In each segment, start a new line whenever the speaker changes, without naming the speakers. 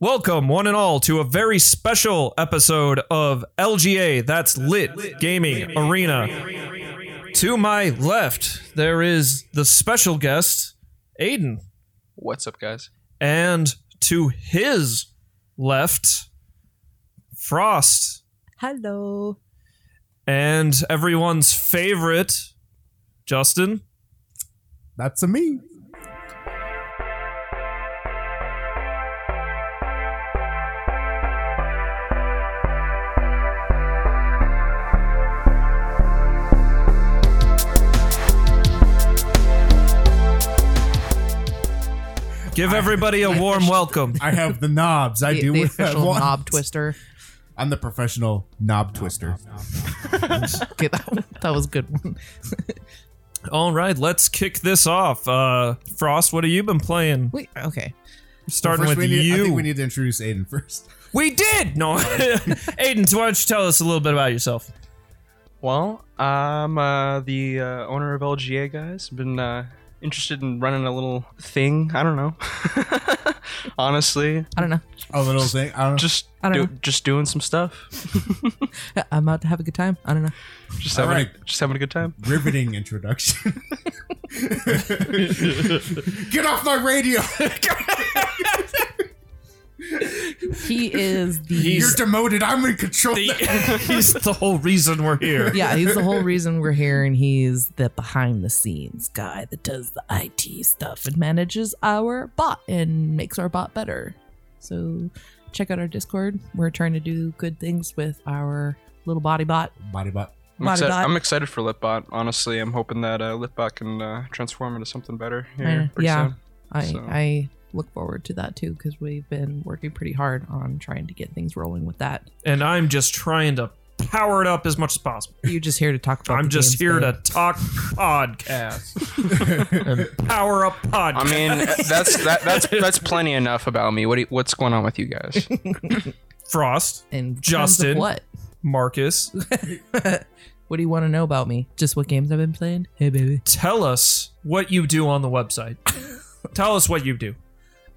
Welcome, one and all, to a very special episode of LGA. That's Lit Gaming Arena. To my left, there is the special guest, Aiden.
What's up, guys?
And to his left, Frost.
Hello.
And everyone's favorite, Justin.
That's a me.
Give everybody a warm welcome.
I have the knobs. I
The,
do
the
what I
official
want.
knob twister.
I'm the professional knob twister.
Okay, that, one- that was a good one.
All right, let's kick this off. Uh, Frost, what have you been playing?
Wait, okay.
Starting
First,
with
we need-
you.
I think we need to introduce Aiden first.
We did. No, Aiden, so why don't you tell us a little bit about yourself?
Well, I'm uh, the uh, owner of LGA, guys. Been uh, interested in running a little thing. I don't know. Honestly,
I don't know.
A little thing. Uh, I don't know.
just
I don't
do, just doing some stuff.
Uh, I'm about to have a good time. I don't know.
Just
All
having a, just having a good time.
Riveting introduction. Get off my radio.
He is the.
You're demoted. I'm in control.
he's the whole reason we're here.
yeah, he's the whole reason we're here, and he's the behind the scenes guy that does the IT stuff and manages our bot and makes our bot better. So check out our Discord. We're trying to do good things with our little body bot.
Body bot.
I'm,
Body
excited,
bot.
I'm excited for Litbot. Honestly, I'm hoping that uh, Litbot can uh, transform into something better
Uh,
here pretty
yeah.
soon.
I
So-
I look forward to that too because we've been working pretty hard on trying to get things rolling with that.
And I'm just trying to power it up as much as possible.
You're just here to talk about.
I'm
the
just
games,
here
though.
to talk podcast and power up podcast.
I mean,
uh,
that's that, that's that's plenty enough about me. What do you, what's going on with you guys?
Frost,
and
Justin.
Justin. What?
Marcus,
what do you want to know about me? Just what games I've been playing? Hey, baby.
tell us what you do on the website. tell us what you do.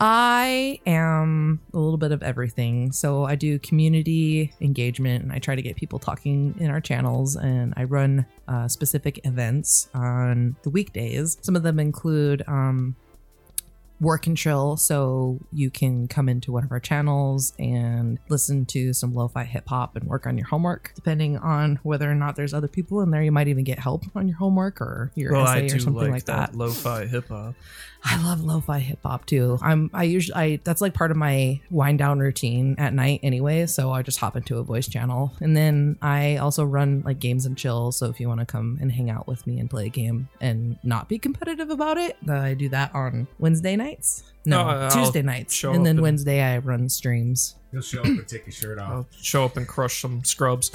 I am a little bit of everything. So I do community engagement and I try to get people talking in our channels and I run uh, specific events on the weekdays. Some of them include um, work and chill. So you can come into one of our channels and listen to some lo fi hip hop and work on your homework. Depending on whether or not there's other people in there, you might even get help on your homework or your essay or something like, that.
lo-fi hip hop.
I love lo-fi hip hop too. I'm I usually I that's like part of my wind down routine at night anyway, so I just hop into a voice channel. And then I also run like games and chill, so if you want to come and hang out with me and play a game and not be competitive about it, uh, I do that on Wednesday nights. No,
Oh, I'll
Tuesday nights.
show
And
up
then
and-
Wednesday I run streams.
He'll show up and take his shirt off.
I'll show up and crush some scrubs.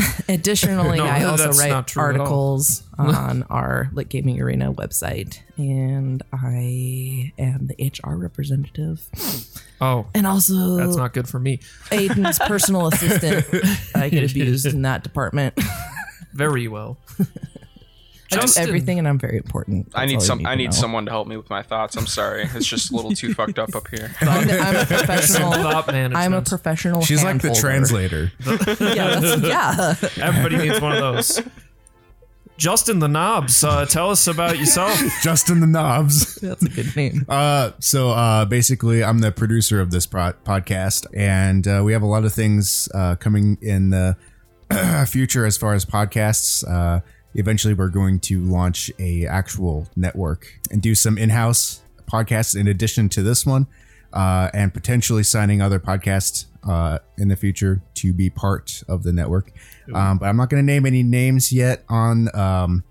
Additionally,
No,
I also
that's not
write
true at all.
articles on our Lit Gaming Arena website, and I am the HR representative,
Oh,
and also
that's not good for me.
Aiden's personal assistant. I get abused in that department.
Very well.
I do
Justin.
everything, and I'm very important.
I
That's all
need
you
some. I
to
need
know.
someone to help me with my thoughts. I'm sorry. It's just a little too fucked up up here.
I'm, I'm a
Some
professional.
thought management.
I'm a professional.
She's like the
Oh, hand holder.
translator.
Yeah, that's- yeah.
Everybody needs one of those. Justin the Knobs, uh, tell us about yourself.
Justin the knobs.
That's a good name.
Uh, so uh, basically, I'm the producer of this pro- podcast, and uh, we have a lot of things uh, coming in the future as far as podcasts. Uh, eventually, we're going to launch a actual network and do some in-house podcasts in addition to this one, uh, and potentially signing other podcasts uh, in the future to be part of the network. Um, but I'm not going to name any names yet on um,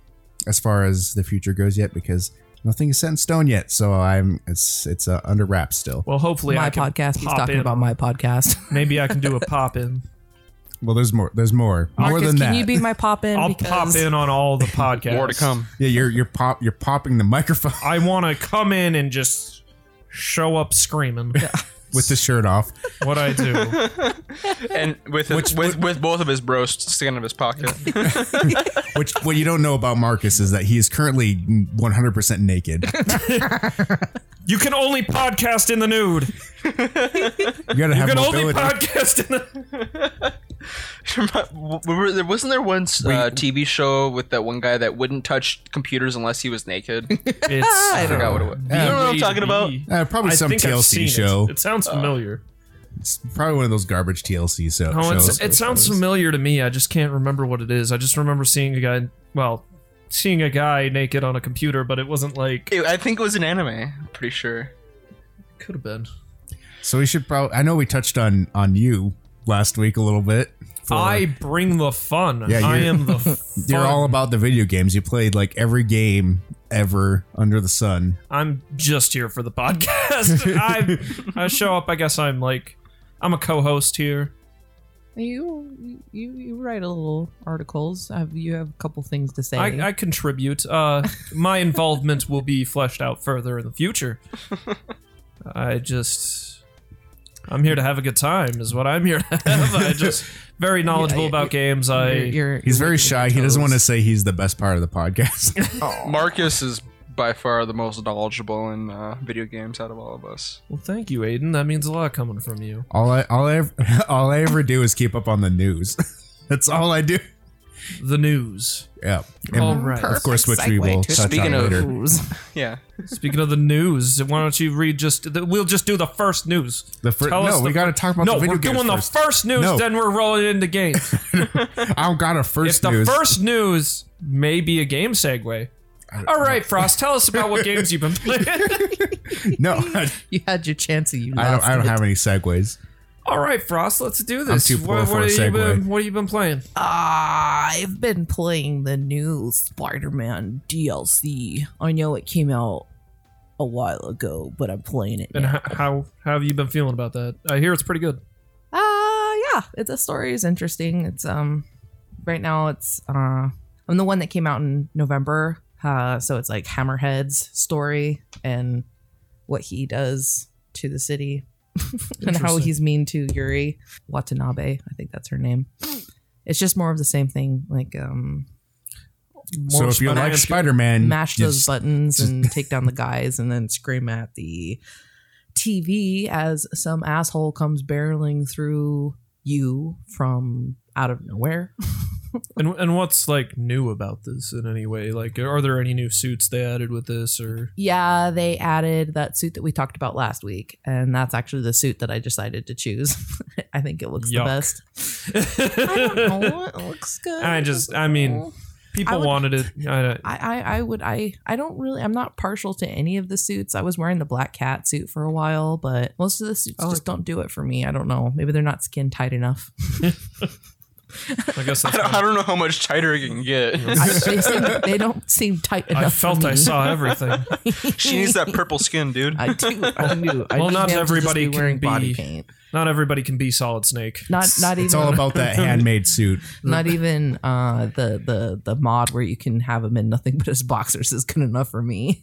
as far as the future goes yet because nothing is set in stone yet. So I'm it's it's uh, under wraps still.
Well, hopefully, I
my
can
podcast. He's
pop
talking
in.
about my podcast.
Maybe I can do a pop in.
Well, there's more. There's more. more
Marcus,
than
can
that.
you be my pop in?
I'll
because
pop in on all the podcasts.
More to come.
yeah, you're you're pop you're popping the microphone
I want to come in and just show up screaming
with the shirt off.
what I do.
and with his,
Which-
with with both of his bros sticking out of his pocket.
Which what you don't know about Marcus is that he is currently 100 percent naked.
You can only podcast in the nude.
You gotta
You
have
can only
mobility.
podcast in the.
Remember- there- Wasn't there once uh, TV show with that one guy that wouldn't touch computers unless he was naked?
It's,
I forgot what it was. you know what I'm talking about?
Uh, probably
I
some
think I've seen
TLC
it.
show.
It, sounds familiar.
It's probably one of those garbage TLC so-
No,
shows.
Oh, it's, it sounds familiar to me. I just can't remember what it is. I just remember seeing a guy. Well, seeing a guy naked on a computer, but it wasn't like
It- I think it was an anime. I'm pretty sure.
could have been.
So we should probably. I know we touched on on you last week a little bit. for-
I bring the fun.
Yeah,
I
you're-
am the. Fun.
you're all about the video games. You played like every game ever under the sun.
I'm just here for the podcast. I I show up. I guess I'm like I'm a co-host here.
You you you write a little articles. Have you have a couple things to say?
I, I contribute. Uh, my involvement will be fleshed out further in the future. I just I'm here to have a good time. Is what I'm here to have. I just very knowledgeable
yeah,
about
you-
games. I
You're- you're-
He's very shy. He
toes.
doesn't want to say he's the best part of the podcast.
Marcus is by far the most knowledgeable in uh, video games out of all of us.
well, thank you, Aiden. That means a lot coming from you.
all I all I ever, all I ever do is keep up on the news. That's all I do.
The news.
Yeah.
All right.
Of course, which we will touch
Speaking of-
on later.
Yeah.
Speaking of the news, why don't you read just? the- We'll just do the first news.
The fir-
Tell
no,
us
we
the-
got to talk about
no,
the video
we're
games
doing
first.
the first news,
No.
then we're rolling into games.
I got a
if
first
the
news.
first news may be a game segue. All right, Frost, tell us about what games you've been playing.
no, I,
You had your chance and you
I don't.
lost
I don't
it.
have any segues.
All right, Frost, let's do this.
too poor
what,
for
what
a
have you
segue.
been, what have you been playing?
Ah, I've been playing the new Spider-Man DLC. I know it came out a while ago, but I'm playing it.
And
now.
how, how how have you been feeling about that? I hear it's pretty good.
Uh yeah, it, the story is interesting. It's um right now it's uh I'm the one that came out in November. Uh so it's like Hammerhead's story and what he does to the city and how
Interesting.
he's mean to Yuri Watanabe. I think that's her name. It's just more of the same thing, like um
So if you like Spider Man,
mash those buttons and take down the guys and then scream at the TV as some asshole comes barreling through you from out of nowhere.
and and what's like new about this in any way? Like, are there any new suits they added with this, or
Yeah, they added that suit that we talked about last week, and that's actually the suit that I decided to choose. I think it looks
Yuck.
the best. I don't know. It looks good.
I just- I mean, people
I would-
wanted it? I don't,
I, I, I would I I don't really I'm not partial to any of the suits. I was wearing the black cat suit for a while, but most of the suits
I
just don't do it for me. I don't know. Maybe they're not skin tight enough.
I guess
I
that's
don't, I don't know how much tighter it can get.
I, they, seem, they don't seem tight enough.
I
for
felt I
me.
saw everything.
she needs that purple skin, dude.
I do. I do. I
Well,
do
not
have to just
everybody
be
can
wearing body
be-
paint.
Not everybody can be Solid Snake.
Not not even
it's all about that handmade suit.
not even uh the the the mod where you can have him in nothing but his boxers is good enough for me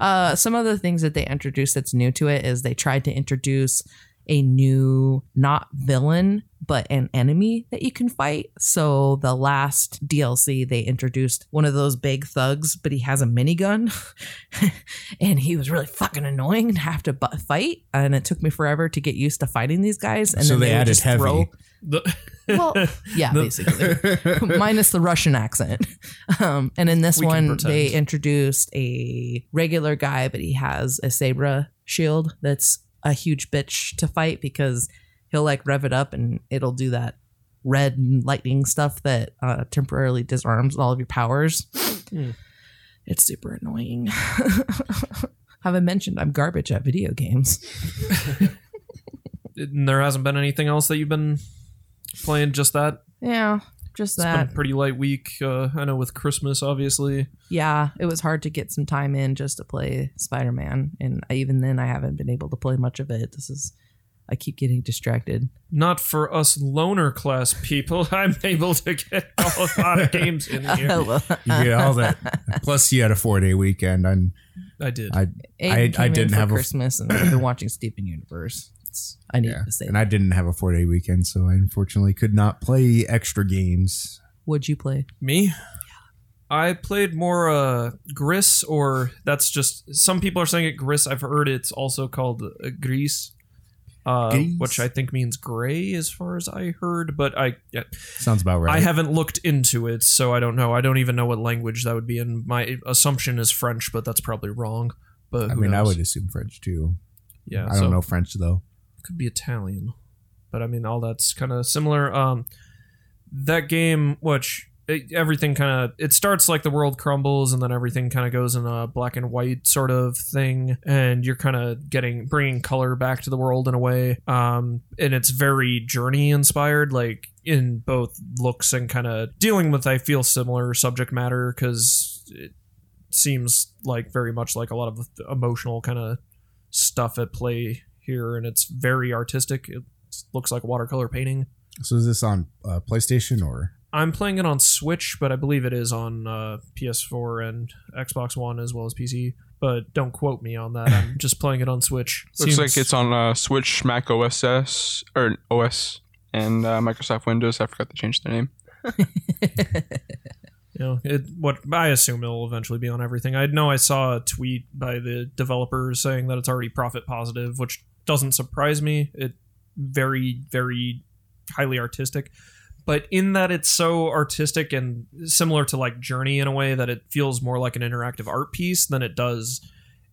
uh some of the things that they introduced that's new to it is they tried to introduce a new not villain but an enemy that you can fight so the last dlc they introduced one of those big thugs but he has a minigun and he was really fucking annoying to have to bu- fight and it took me forever to get used to fighting these guys and
So
then
they
they, would
added
just
heavy.
throw
The-
well, yeah,
The-
basically, minus the Russian accent. Um, and in this
We can
one,
pretend.
they introduced a regular guy, but he has a Sabra shield that's a huge bitch to fight because he'll like rev it up and it'll do that red and lightning stuff that uh, temporarily disarms all of your powers.
Hmm.
It's super annoying. Have I mentioned I'm garbage at video games?
and there hasn't been anything else that you've been playing. Just that.
Yeah, just
It's
that.
been a pretty light week. Uh, I know with Christmas, obviously.
yeah, it was hard to get some time in just to play Spider Man, and I- even then, I haven't been able to play much of it. This is, I keep getting distracted.
Not for us loner class people. I'm able to get a lot of games in here.
You get all that. Plus, you had a four day weekend. And
I did.
I
Aiden
I- I
came in
didn't
for
have a-
Christmas, and I've been watching Steven Universe. It's, I need
yeah,
to say,
and I didn't have a four day weekend, so I unfortunately could not play extra games.
would you play?
Me? I played more uh, Gris, or that's just some people are saying it Gris. I've heard it's also called uh, Gris, uh,
Gris.
which I think means gray, as far as I heard. But I, yeah,
Sounds about right.
I haven't looked into it, so I don't know. I don't even know what language that would be in. My assumption is French, but that's probably wrong. But
I
who
mean, I
knows?
would assume French too.
Yeah,
I don't
so-
know French though.
could be Italian, but I mean all that's kind of similar. Um, that game, which it, everything kind of it starts like the world crumbles, and then everything kind of goes in a black and white sort of thing, and you're kind of getting bringing color back to the world in a way. Um, and it's very journey inspired, like in both looks and kind of dealing with I feel similar subject matter because it seems like very much like a lot of emotional kind of stuff at play here, and it's very artistic. It looks like watercolor painting.
So is this on uh, PlayStation or?
I'm playing it on Switch, but I believe it is on uh, PS4 and Xbox One as well as PC. But don't quote me on that. I'm just playing it on Switch.
Looks
Seems-
like it's on uh, Switch, Mac OS S or OS, and uh, Microsoft Windows. I forgot to change their name.
You know, it, what I assume it'll eventually be on everything. I know I saw a tweet by the developer saying that it's already profit positive, which doesn't surprise me. It very, very highly artistic, but in that it's so artistic and similar to like Journey in a way that it feels more like an interactive art piece than it does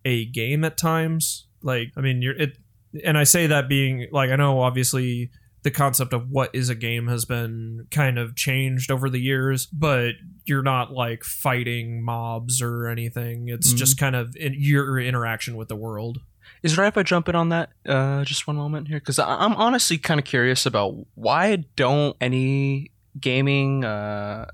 a game at times. Like, I mean, you're it, and I say that being like I know obviously the concept of what is a game has been kind of changed over the years, but you're not like fighting mobs or anything. It's
Mhm.
just kind of in your interaction with the world.
Is it right if I jump in on that uh, just one moment here? Because I'm honestly kind of curious about why don't any gaming uh,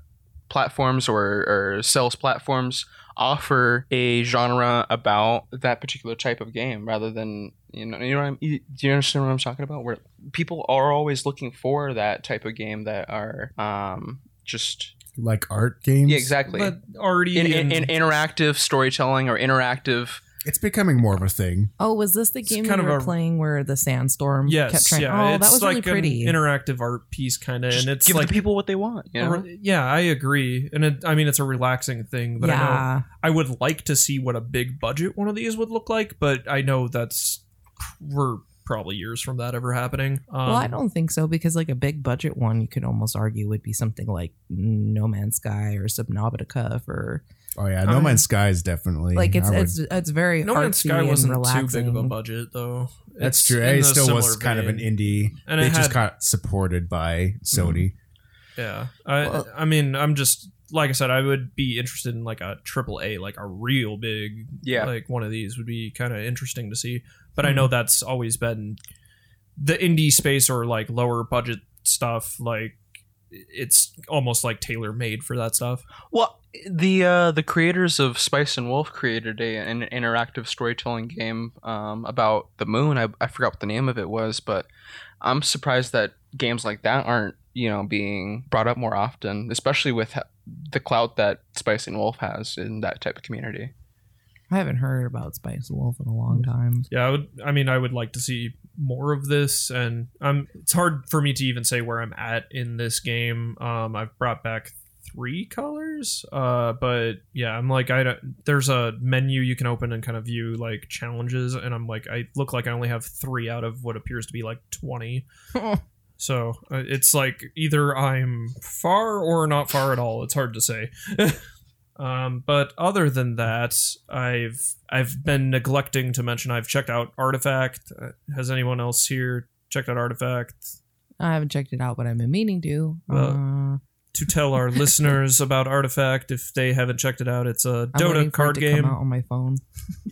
platforms or, or sales platforms offer a genre about that particular type of game rather than you know you know what I'm, you- do you understand what I'm talking about? Where people are always looking for that type of game that are um, just
like art games.
yeah exactly.
But already
in, in, in
and-
interactive storytelling or interactive
It's becoming more of a thing.
Oh, was this the
It's
game
kind
you
of
were
a-
playing where the sandstorm
yes,
kept trying?
yeah,
oh,
it's
that was
like
really pretty.
an interactive art piece kind of,
just
and it's
give
like
the people what they want you know?
Yeah, I agree, and it, I mean it's a relaxing thing, but I know
yeah,
I would like to see what a big budget one of these would look like, but I know that's we're probably years from that ever happening. Um,
well, I don't think so because like a big budget one, you could almost argue would be something like No Man's Sky or Subnautica or
Oh yeah,
I
No
mean-
Man's Sky is definitely
like it's
I would-
it's it's very
No Man's
artsy
Sky
and
wasn't
relaxing.
too big of a budget though.
that's
It's
true.
in
It
the
still was
similar
kind of an
vein.
indie.
and
they
it
just
had- Mm-hmm.
got supported by Sony.
Yeah, I
Well-
I mean I'm just like I said I would be interested in like a triple A like a real big
Yeah.
like one of these would be kind of interesting to see. But I know that's always been the indie space or like lower budget stuff like it's almost like tailor made for that stuff.
Well, the uh, the creators of Spice and Wolf created a, an interactive storytelling game um, about the moon. I, I forgot what the name of it was, but I'm surprised that games like that aren't you know being brought up more often, especially with ha- the clout that Spice and Wolf has in that type of community.
I haven't heard about Spice Wolf in a long time.
Yeah, I, would, I mean, I would like to see more of this, and I'm. It's hard for me to even say where I'm at in this game. Um, I've brought back three colors, uh, but yeah, I'm like I don't. There's a menu you can open and kind of view like challenges, and I'm like I look like I only have three out of what appears to be like twenty. So uh, it's like either I'm far or not far at all. It's hard to say. Um, but other than that, I've I've been neglecting to mention I've checked out Artifact. Uh, has anyone else here checked out Artifact?
I haven't checked it out, but I've been meaning to.
Well,
uh,
To tell our listeners about Artifact, if they haven't checked it out, it's a
I'm waiting for
Dota
it
card
to
game.
come out on my phone.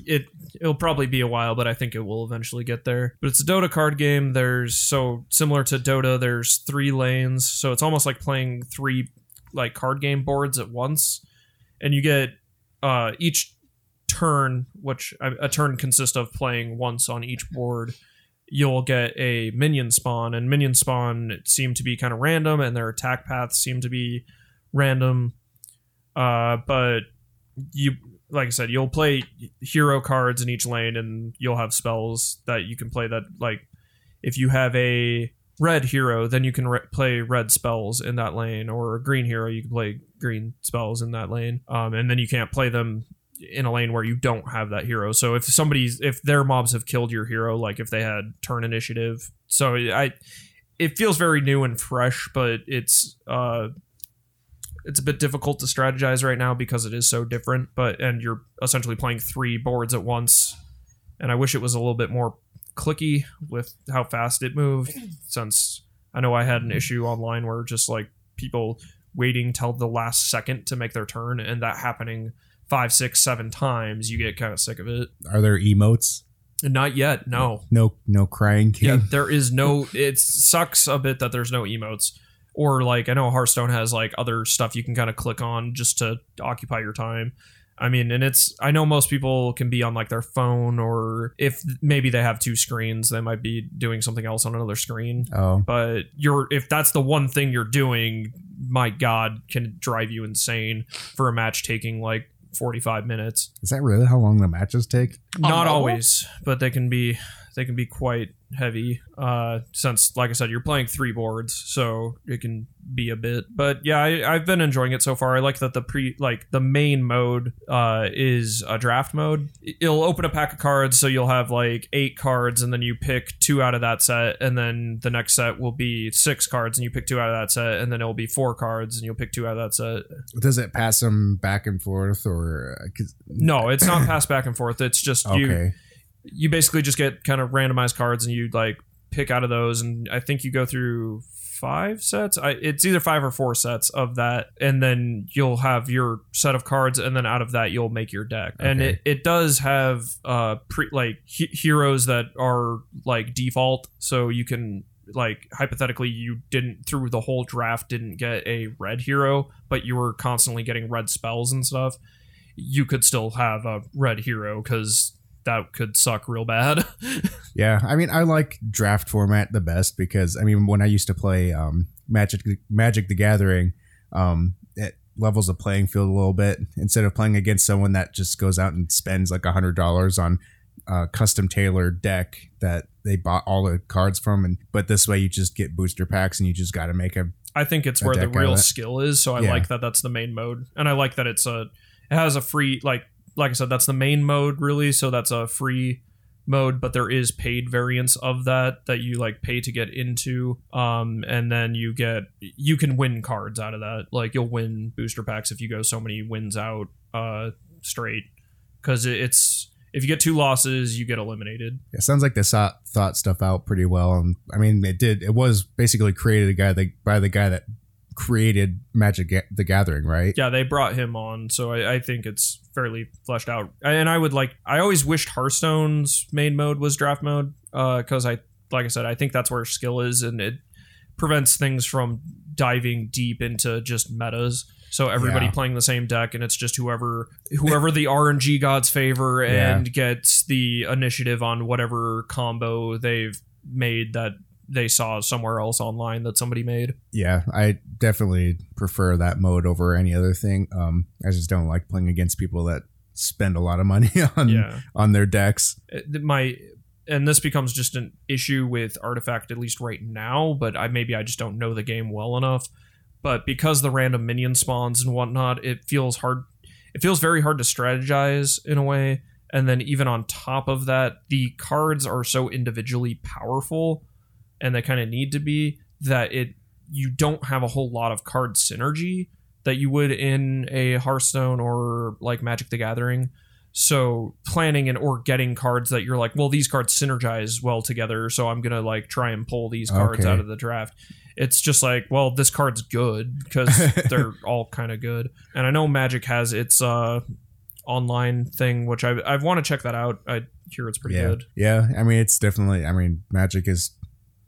it it'll probably be a while, but I think it will eventually get there. But it's a Dota card game. There's so similar to Dota. There's three lanes, so it's almost like playing three like card game boards at once, and you get uh, each turn, which a a turn consists of playing once on each board. You'll get a minion spawn, and minion spawn seem to be kind of random, and their attack paths seem to be random. Uh, but you like I said, you'll play hero cards in each lane, and you'll have spells that you can play that like if you have a red hero, then you can re- play red spells in that lane, or a green hero, you can play green spells in that lane. Um, and then you can't play them in a lane where you don't have that hero. So if somebody's if their mobs have killed your hero, like if they had turn initiative, so I it feels very new and fresh, but it's uh it's a bit difficult to strategize right now because it is so different, but and you're essentially playing three boards at once. And I wish it was a little bit more clicky with how fast it moved since I know I had an issue online where just like people waiting till the last second to make their turn and that happening five, six, seven times, you get kind of sick of it.
Are there emotes?
Not yet, no.
No, no crying.
Yeah,
King?
there is no. It sucks a bit that there's no emotes. Or like I know Hearthstone has like other stuff you can kind of click on just to occupy your time. I mean, and it's I know most people can be on like their phone or if maybe they have two screens, they might be doing something else on another screen.
Oh,
But you're if that's the one thing you're doing, my god, can it drive you insane for a match taking like 45 minutes
is that really how long the matches take?
not
mobile?
always but they can be they can be quite heavy uh since like i said you're playing three boards so it can be a bit but yeah I, i've been enjoying it so far i like that the pre like the main mode uh is a draft mode it'll open a pack of cards so you'll have like eight cards and then you pick two out of that set and then the next set will be six cards and you pick two out of that set and then it'll be four cards and you'll pick two out of that set
Does it pass them back and forth or? uh, 'cause-
no it's not passed back and forth it's just you
Okay.
you basically just get kind of randomized cards and you like pick out of those and i think you go through five sets I, it's either five or four sets of that and then you'll have your set of cards and then out of that you'll make your deck and
Okay.
it, it does have uh pre like he- heroes that are like default so you can like hypothetically you didn't through the whole draft didn't get a red hero but you were constantly getting red spells and stuff you could still have a red hero because that could suck real bad.
Yeah, I mean, I like draft format the best because I mean, when I used to play um, Magic, Magic the Gathering, um, it levels the playing field a little bit. Instead of playing against someone that just goes out and spends like a hundred dollars on a custom tailored deck that they bought all the cards from, and but this way you just get booster packs and you just got to make a
I think it's
A
where the
deck out of
real
that.
skill is, so I
Yeah.
like that that's the main mode, and I like that it's a it has a free like like I said that's the main mode really, so that's a free mode, but there is paid variants of that that you like pay to get into, um, and then you get you can win cards out of that, like you'll win booster packs if you go so many wins out uh, straight, because it's if you get two losses you get eliminated.
It sounds like they saw, thought stuff out pretty well, and I mean, it did. It was basically created a guy that, by the guy that created Magic Ga- the Gathering, right?
yeah they brought him on so I, I think it's fairly fleshed out and i would like i always wished hearthstone's main mode was draft mode because i like i said i think that's where skill is and it prevents things from diving deep into just metas so everybody
Yeah.
playing the same deck and it's just whoever whoever the rng gods favor
Yeah.
and gets the initiative on whatever combo they've made that they saw somewhere else online that somebody made
yeah, I definitely prefer that mode over any other thing. Um, I just don't like playing against people that spend a lot of money on
yeah
on their decks.
uh, th- my and this becomes just an issue with artifact at least right now but i maybe i just don't know the game well enough but because the random minion spawns and whatnot it feels hard it feels very hard to strategize in a way and then even on top of that the cards are so individually powerful and they kind of need to be that it you don't have a whole lot of card synergy that you would in a hearthstone or like magic the gathering so planning and or getting cards that you're like well these cards synergize well together so i'm gonna like try and pull these cards
Okay.
out of the draft it's just like well this card's good because they're all kind of good and i know magic has its uh online thing which i i want to check that out i hear it's pretty
yeah,
good
yeah. I mean, it's definitely. I mean, Magic has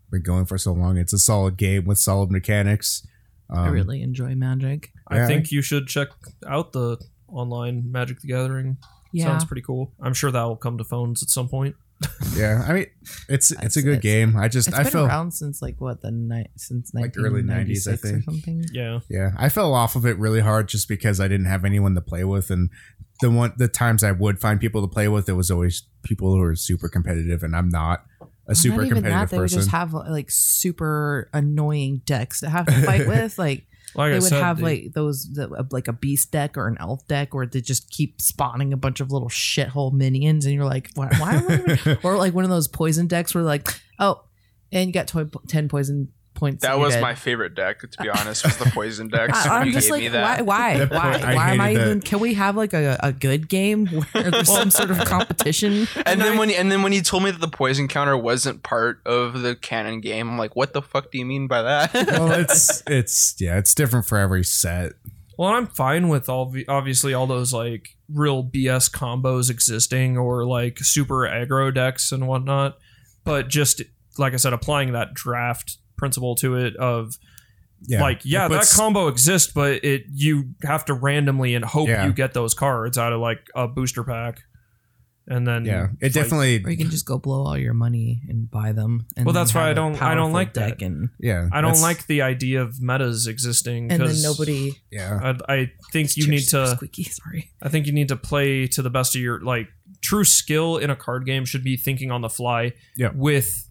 been going for so long. It's a solid game with solid mechanics. Um,
I really enjoy magic.
Yeah,
i
I-
think you should check out the online magic the gathering
Yeah.
sounds pretty cool i'm sure that will come to phones at some point
Yeah, I mean, it's it's a
It's-
good
it's-
game. I just
It's
I
been
feel
around since like what the night since
Like early 90s, I
1996 or
think.
something.
yeah
Yeah, I fell off of it really hard just because I didn't have anyone to play with, and the one the times I would find people to play with, it was always people who are super competitive, and I'm not. a super
not even
competitive
that, they would
person.
just have like super annoying decks to have to fight with. Like
Like
they
I
would
said,
have
the-
like those the, like a beast deck or an elf deck where they just keep spawning a bunch of little shithole minions, and you're like, why? why would we-" or like one of those poison decks where like, oh, and you got toy, ten poison points.
That
and you're
was
dead.
my favorite deck, to be honest, was the poison deck. so
I,
when
am
you
just
gave me
like, why?
that,
Why?
That
Why,
part, I
why am I
hated that.
even? Can we have like a, a good game where there's some sort of competition?
And then when and then when you told me that the poison counter wasn't part of the canon game, I'm like, what the fuck do you mean by that?
well, it's it's yeah, it's different for every set.
Well, I'm fine with all the, obviously all those like real BS combos existing or like super aggro decks and whatnot, but just like I said, applying that draft principle to it of
Yeah,
like yeah,
It
that
puts-
combo exists, but it you have to randomly and hope
Yeah.
you get those cards out of like a booster pack, and then
yeah, it
like,
definitely
Or you can just go blow all your money and buy them. And
Well,
then
that's why
have
I
a
don't- I don't
powerful
like that.
deck And,
yeah.
I don't
that's-
like the idea of metas existing
and then
because
nobody.
yeah.
I, I think you need to.
Squeaky, sorry.
I think you need to play to the best of your like true skill in a card game should be thinking on the fly
Yeah.
with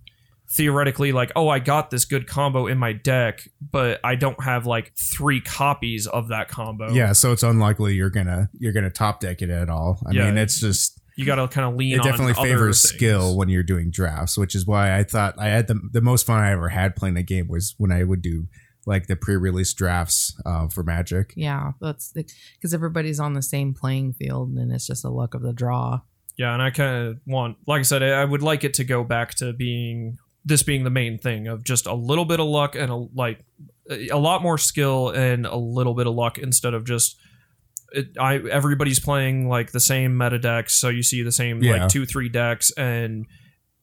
theoretically like oh I got this good combo in my deck but I don't have like three copies of that combo.
Yeah, so it's unlikely you're gonna you're gonna top deck it at all. I
Yeah.
mean, it's just
You got to kind of lean
it
on
definitely
other
favors
things.
skill when you're doing drafts, which is why I thought I had the the most fun I ever had playing a game was when I would do like the pre-release drafts uh, for Magic.
Yeah, that's because everybody's on the same playing field, and it's just the luck of the draw.
Yeah, and I kind of want like I said I I would like it to go back to being this being the main thing of just a little bit of luck and a like a lot more skill and a little bit of luck instead of just it, I everybody's playing like the same meta decks, so you see the same
Yeah.
like two three decks, and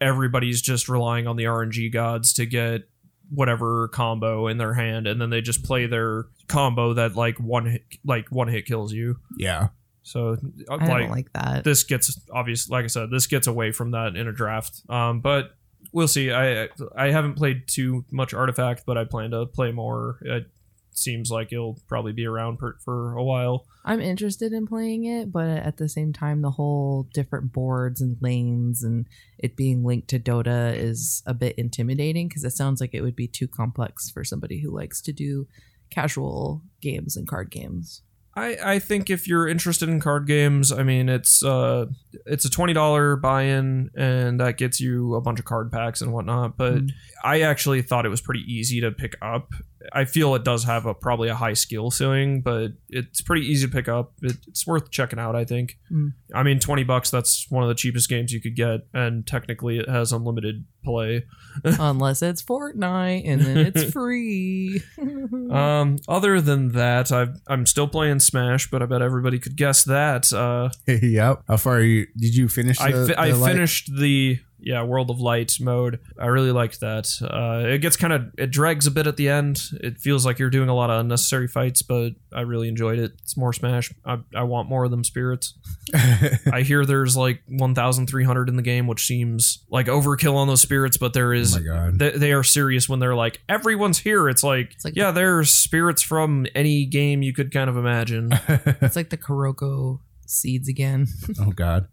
everybody's just relying on the RNG gods to get whatever combo in their hand, and then they just play their combo that like one hit, like one hit kills you.
Yeah,
So uh,
I don't like that.
this gets obvious like i said this gets away from that in a draft um, but we'll see i i haven't played too much artifact but i plan to play more it seems like it'll probably be around per, for a while
I'm interested in playing it, but at the same time, the whole different boards and lanes and it being linked to Dota is a bit intimidating because it sounds like it would be too complex for somebody who likes to do casual games and card games.
I, I think if you're interested in card games, I mean it's uh it's a twenty dollar buy in and that gets you a bunch of card packs and whatnot. But
Mm.
I actually thought it was pretty easy to pick up. I feel it does have a probably a high skill ceiling, but it's pretty easy to pick up. It, it's worth checking out. I think.
Mm.
I mean, twenty bucks. That's one of the cheapest games you could get, and technically it has unlimited play.
Unless it's Fortnite and then it's free. Mm.
Um, other than that, I've, I'm still playing Smash, but I bet everybody could guess that. Uh,
yep. How far are you? Did you finish?
I,
the-
fi- I
the light?
finished the yeah World of Light mode. I really liked that. Uh, it gets kind of it drags a bit at the end. It feels like you're doing a lot of unnecessary fights, but I really enjoyed it. It's more Smash. I, I want more of them spirits. I hear there's like 1,300 in the game, which seems like overkill on those spirits, but there
oh
is.
my god.
they, they are serious when they're like everyone's here. It's like,
It's like-
yeah, there's spirits from any game you could kind of imagine.
it's like the Kuroko seeds again.
oh god.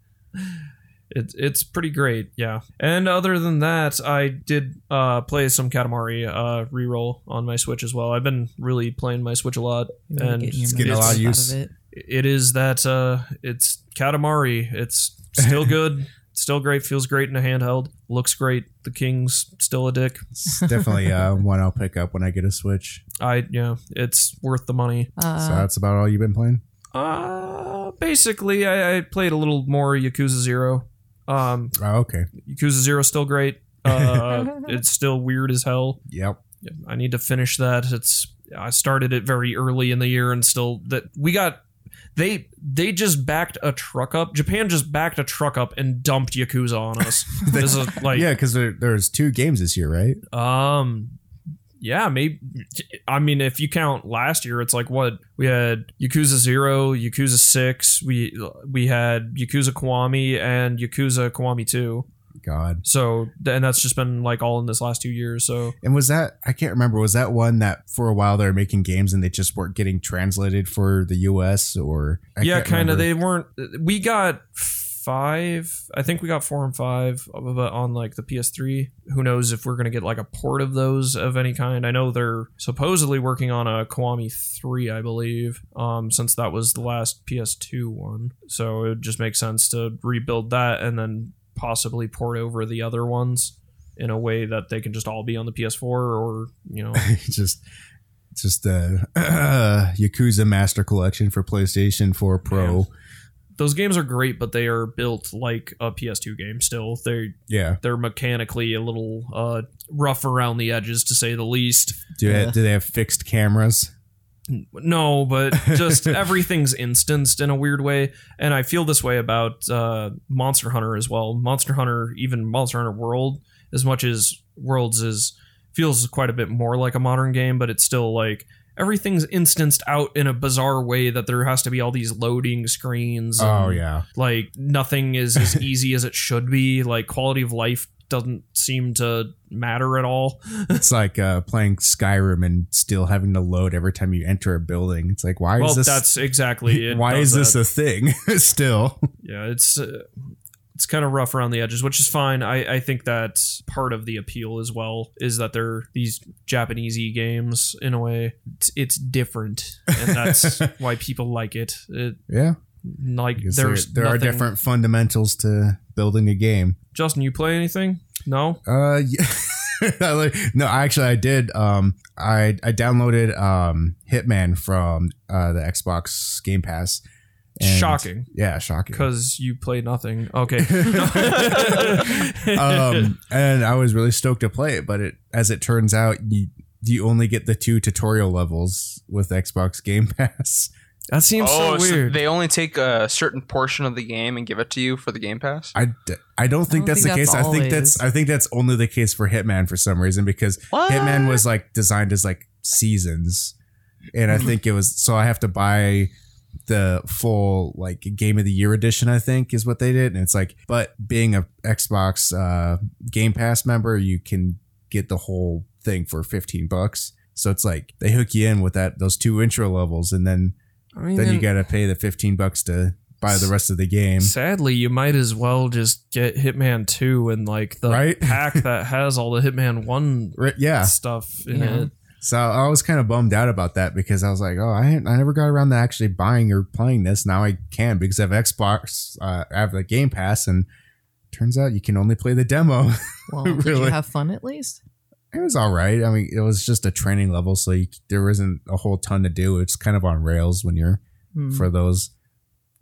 It, it's pretty great, yeah. And other than that, I did uh, play some Katamari uh, reroll on my Switch as well. I've been really playing my Switch a lot.
You're really
And
your
it's
getting a
money's
lot of
worth
use.
it.
It is that uh, it's Katamari. It's still good, still great, feels great in a handheld, looks great. The King's still a dick.
It's definitely uh, one I'll pick up when I get a Switch.
I yeah, it's worth the money.
so
Uh,
that's about all you've been playing.
Uh, basically, I, I played a little more Yakuza Zero. Um,
Oh, okay.
Yakuza Zero still great. Uh, it's still weird as hell.
Yep.
Yeah, I need to finish that. It's I started it very early in the year and still that we got they they just backed a truck up. Japan just backed a truck up and dumped Yakuza on us. this is like
yeah, because there, there's two games this year, right?
um yeah, maybe I mean if you count last year it's like what we had Yakuza 0, Yakuza 6, we we had Yakuza Kiwami and Yakuza Kiwami 2.
God.
So and that's just been like all in this last 2 years. So
And was that I can't remember was that one that for a while they were making games and they just weren't getting translated for the US or I
yeah,
can't
kind of.
remember.
They weren't. We got five. I think we got four and five, uh, but on like the PS3, who knows if we're gonna get like a port of those of any kind. I know they're supposedly working on a Koami three, I believe, um, since that was the last PS2 one. So it would just make sense to rebuild that and then possibly port over the other ones in a way that they can just all be on the PS4 or you know
just just the uh, Yakuza Master Collection for PlayStation 4 Pro.
those games are great, but they are built like a PS2 game. Still, they
Yeah.
they're mechanically a little uh, rough around the edges, to say the least.
Do,
Yeah.
They, do they have fixed cameras?
No, but just everything's instanced in a weird way, and I feel this way about uh, Monster Hunter as well. Monster Hunter, even Monster Hunter World, as much as Worlds is feels quite a bit more like a modern game, but it's still like everything's instanced out in a bizarre way that there has to be all these loading screens.
Oh
and-
yeah.
like nothing is as easy as it should be like quality of life doesn't seem to matter at all
It's like uh, playing Skyrim and still having to load every time you enter a building. It's like why
well
is this
that's exactly it
why
does
is this
that.
a thing still?
yeah it's uh, it's kind of rough around the edges which is fine i i think that's part of the appeal as well is that they're these japanesey games in a way it's, it's different and that's why people like it, it
Yeah.
like
because there,
there's
there are
nothing-
different fundamentals to building a game.
justin you play anything no
Uh, yeah. I like- no, actually, I did. Um, I I downloaded um Hitman from uh the Xbox Game Pass. and-
shocking
Yeah, shocking.
because you play nothing okay
um, and I was really stoked to play it, but it as it turns out, you you only get the two tutorial levels with Xbox Game Pass.
That seems
oh,
so weird.
they only take a certain portion of the game and give it to you for the Game Pass.
I, d- I don't think
don't
that's
think
the
that's
case. I think that's I
always.
think that's only the case for Hitman for some reason because
Uh.
Hitman was like designed as like seasons, and I
Mhm.
think it was so I have to buy the full like game of the year edition. I think is what they did, and it's like, but being a Xbox uh, Game Pass member, you can get the whole thing for fifteen bucks. So it's like they hook you in with that those two intro levels, and then
I mean,
then you
then-
gotta pay the fifteen bucks to buy the rest of the game.
sadly, you might as well just get Hitman Two and like the
Right?
pack that has all the Hitman One
Right, yeah,
stuff in
Yeah.
it.
So I was kind of bummed out about that because I was like, oh, I, I never got around to actually buying or playing this. Now I can because I have Xbox, uh, I have the Game Pass, and turns out you can only play the demo.
Well, did you
Really?
have fun at least?
it was all right. I mean, it was just a training level, so you, there isn't a whole ton to do. It's kind of on rails when you're
Hmm.
for those.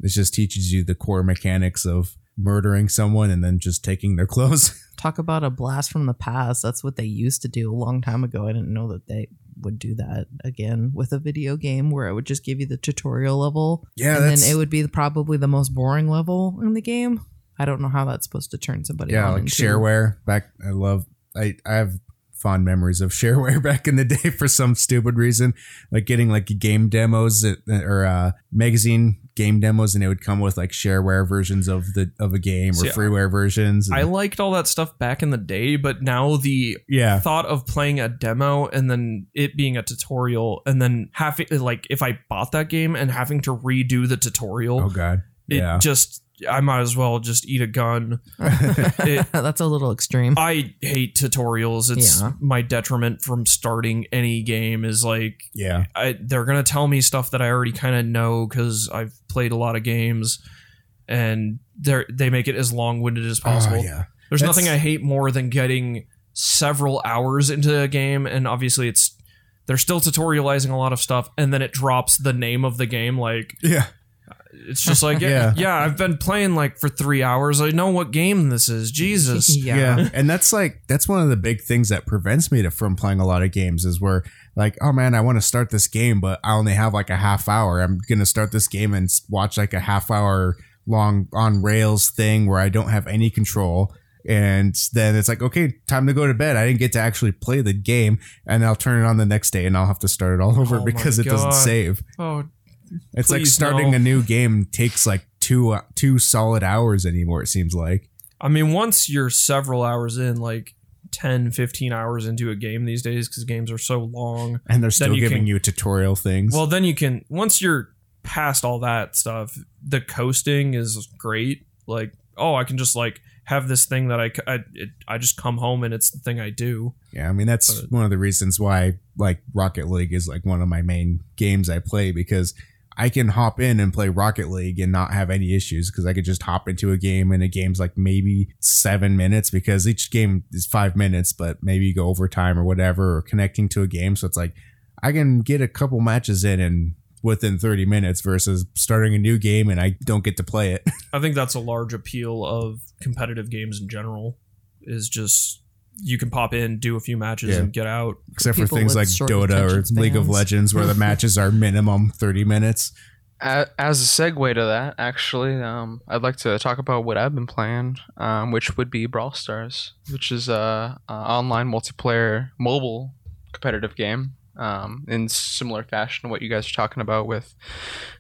It just teaches you the core mechanics of murdering someone and then just taking their clothes.
Talk about a blast from the past. That's what they used to do a long time ago. I didn't know that they would do that again with a video game where it would just give you the tutorial level
yeah,
and
that's
then it would be the, probably the most boring level in the game. I don't know how that's supposed to turn somebody
yeah,
on
like
into-
shareware. Back, I love. I I have fond memories of shareware back in the day for some stupid reason, like getting like game demos at, or uh, magazine game demos, and it would come with like shareware versions of the of a game or
See,
freeware versions. and-
I liked all that stuff back in the day, but now the
yeah,
thought of playing a demo and then it being a tutorial and then having like if I bought that game and having to redo the tutorial,
oh god,
it
yeah,
just I might as well just eat a gun. It-
that's a little extreme.
I hate tutorials. It's
Yeah.
my detriment from starting any game is like
yeah.
I, they're gonna tell me stuff that I already kind of know because I've played a lot of games, and they they make it as long winded as possible.
Oh, yeah.
There's
That's-
nothing I hate more than getting several hours into a game, and obviously it's they're still tutorializing a lot of stuff, and then it drops the name of the game. Like
Yeah,
it's just like yeah,
Yeah.
yeah, I've been playing like for three hours. I know what game this is. Jesus.
yeah.
yeah, and that's like that's one of the big things that prevents me to, from playing a lot of games is where like, oh man, I want to start this game, but I only have like a half hour. I'm gonna start this game and s- watch like a half hour long on rails thing where I don't have any control. And then it's like, okay, time to go to bed. I didn't get to actually play the game, and I'll turn it on the next day, and I'll have to start it all over
Oh my
because it doesn't
God.
save.
Oh,
It's like
Please,
starting
no.
a new game takes like two uh, two solid hours anymore. It seems like.
I mean, once you're several hours in, like 10, 15 hours into a game these days, because games are so long.
And they're still
you
giving
can-
you tutorial things.
Well, then you can, once you're past all that stuff, the coasting is great. like oh i can just like have this thing that i c- i, it, I just come home and it's the thing i do
Yeah, I mean that's
But-
one of the reasons why like Rocket League is like one of my main games I play because I can hop in and play Rocket League and not have any issues because I could just hop into a game and a game's like maybe seven minutes because each game is five minutes, but maybe you go overtime or whatever or connecting to a game. So it's like I can get a couple matches in and within 30 minutes versus starting a new game and I don't get to play it.
i think that's a large appeal of competitive games in general is just you can pop in do a few matches
Yeah.
and get out
Except for
People
things
with
like
short
Dota or
attention
League of
spans.
Legends where the matches are minimum 30 minutes.
A- as a segue to that, actually, um, I'd like to talk about what I've been playing, um, which would be Brawl Stars, which is a, a online multiplayer mobile competitive game. Um, in similar fashion, to what you guys are talking about with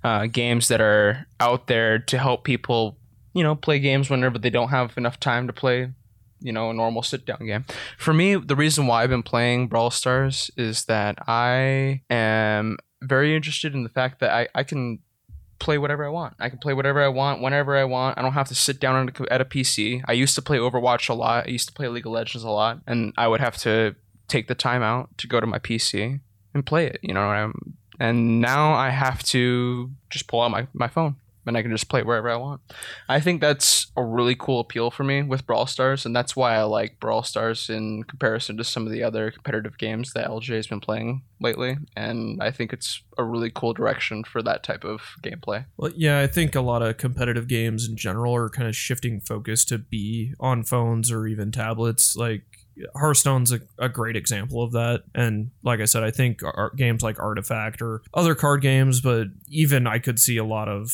uh, games that are out there to help people, you know, play games whenever they don't have enough time to play, you know, a normal sit-down game. For me, the reason why I've been playing Brawl Stars is that I am very interested in the fact that I, I can play whatever I want. I can play whatever I want, whenever I want. I don't have to sit down on a co- at a PC. I used to play Overwatch a lot. I used to play League of Legends a lot, and I would have to take the time out to go to my PC and play it. You know, what I'm, and now I have to just pull out my, my phone and I can just play it wherever I want. I think that's a really cool appeal for me with Brawl Stars, and that's why I like Brawl Stars in comparison to some of the other competitive games that LJ has been playing lately. And I think it's a really cool direction for that type of gameplay.
Well, yeah, I think a lot of competitive games in general are kind of shifting focus to be on phones or even tablets. Like Hearthstone's a, a great example of that. And like I said, I think ar- games like Artifact or other card games, but even I could see a lot of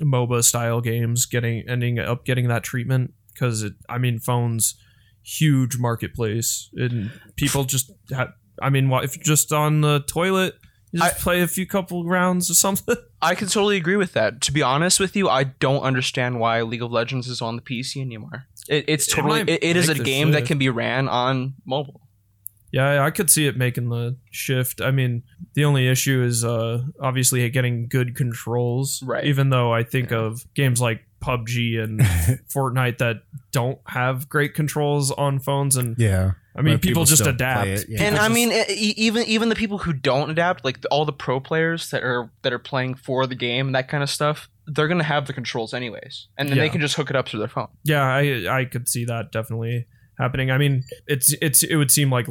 MOBA style games getting ending up getting that treatment because it. I mean, phones huge marketplace and people just. Ha- I mean, wha- if you're just on the toilet, you just play a few couple rounds or something.
I can totally agree with that. To be honest with you, I don't understand why League of Legends is on the PC anymore. It, it's
It
totally
might
it- it is a
make the
game that
shift.
can be ran on mobile.
Yeah, I could see it making the shift. I mean, the only issue is uh, obviously getting good controls.
Right.
Even though I think
Yeah.
of games like PUBG and Fortnite that don't have great controls on phones, and
Yeah.
I mean,
But people
people, just
still
adapt.
play it, yeah.
and
People
I
just-
mean, e- e- even even the people who don't adapt, like all the pro players that are that are playing for the game, and that kind of stuff, they're gonna have the controls anyways, and then they
Yeah.
can just hook it up to their phone.
yeah, I I could see that definitely happening. I mean, it's it's it would seem like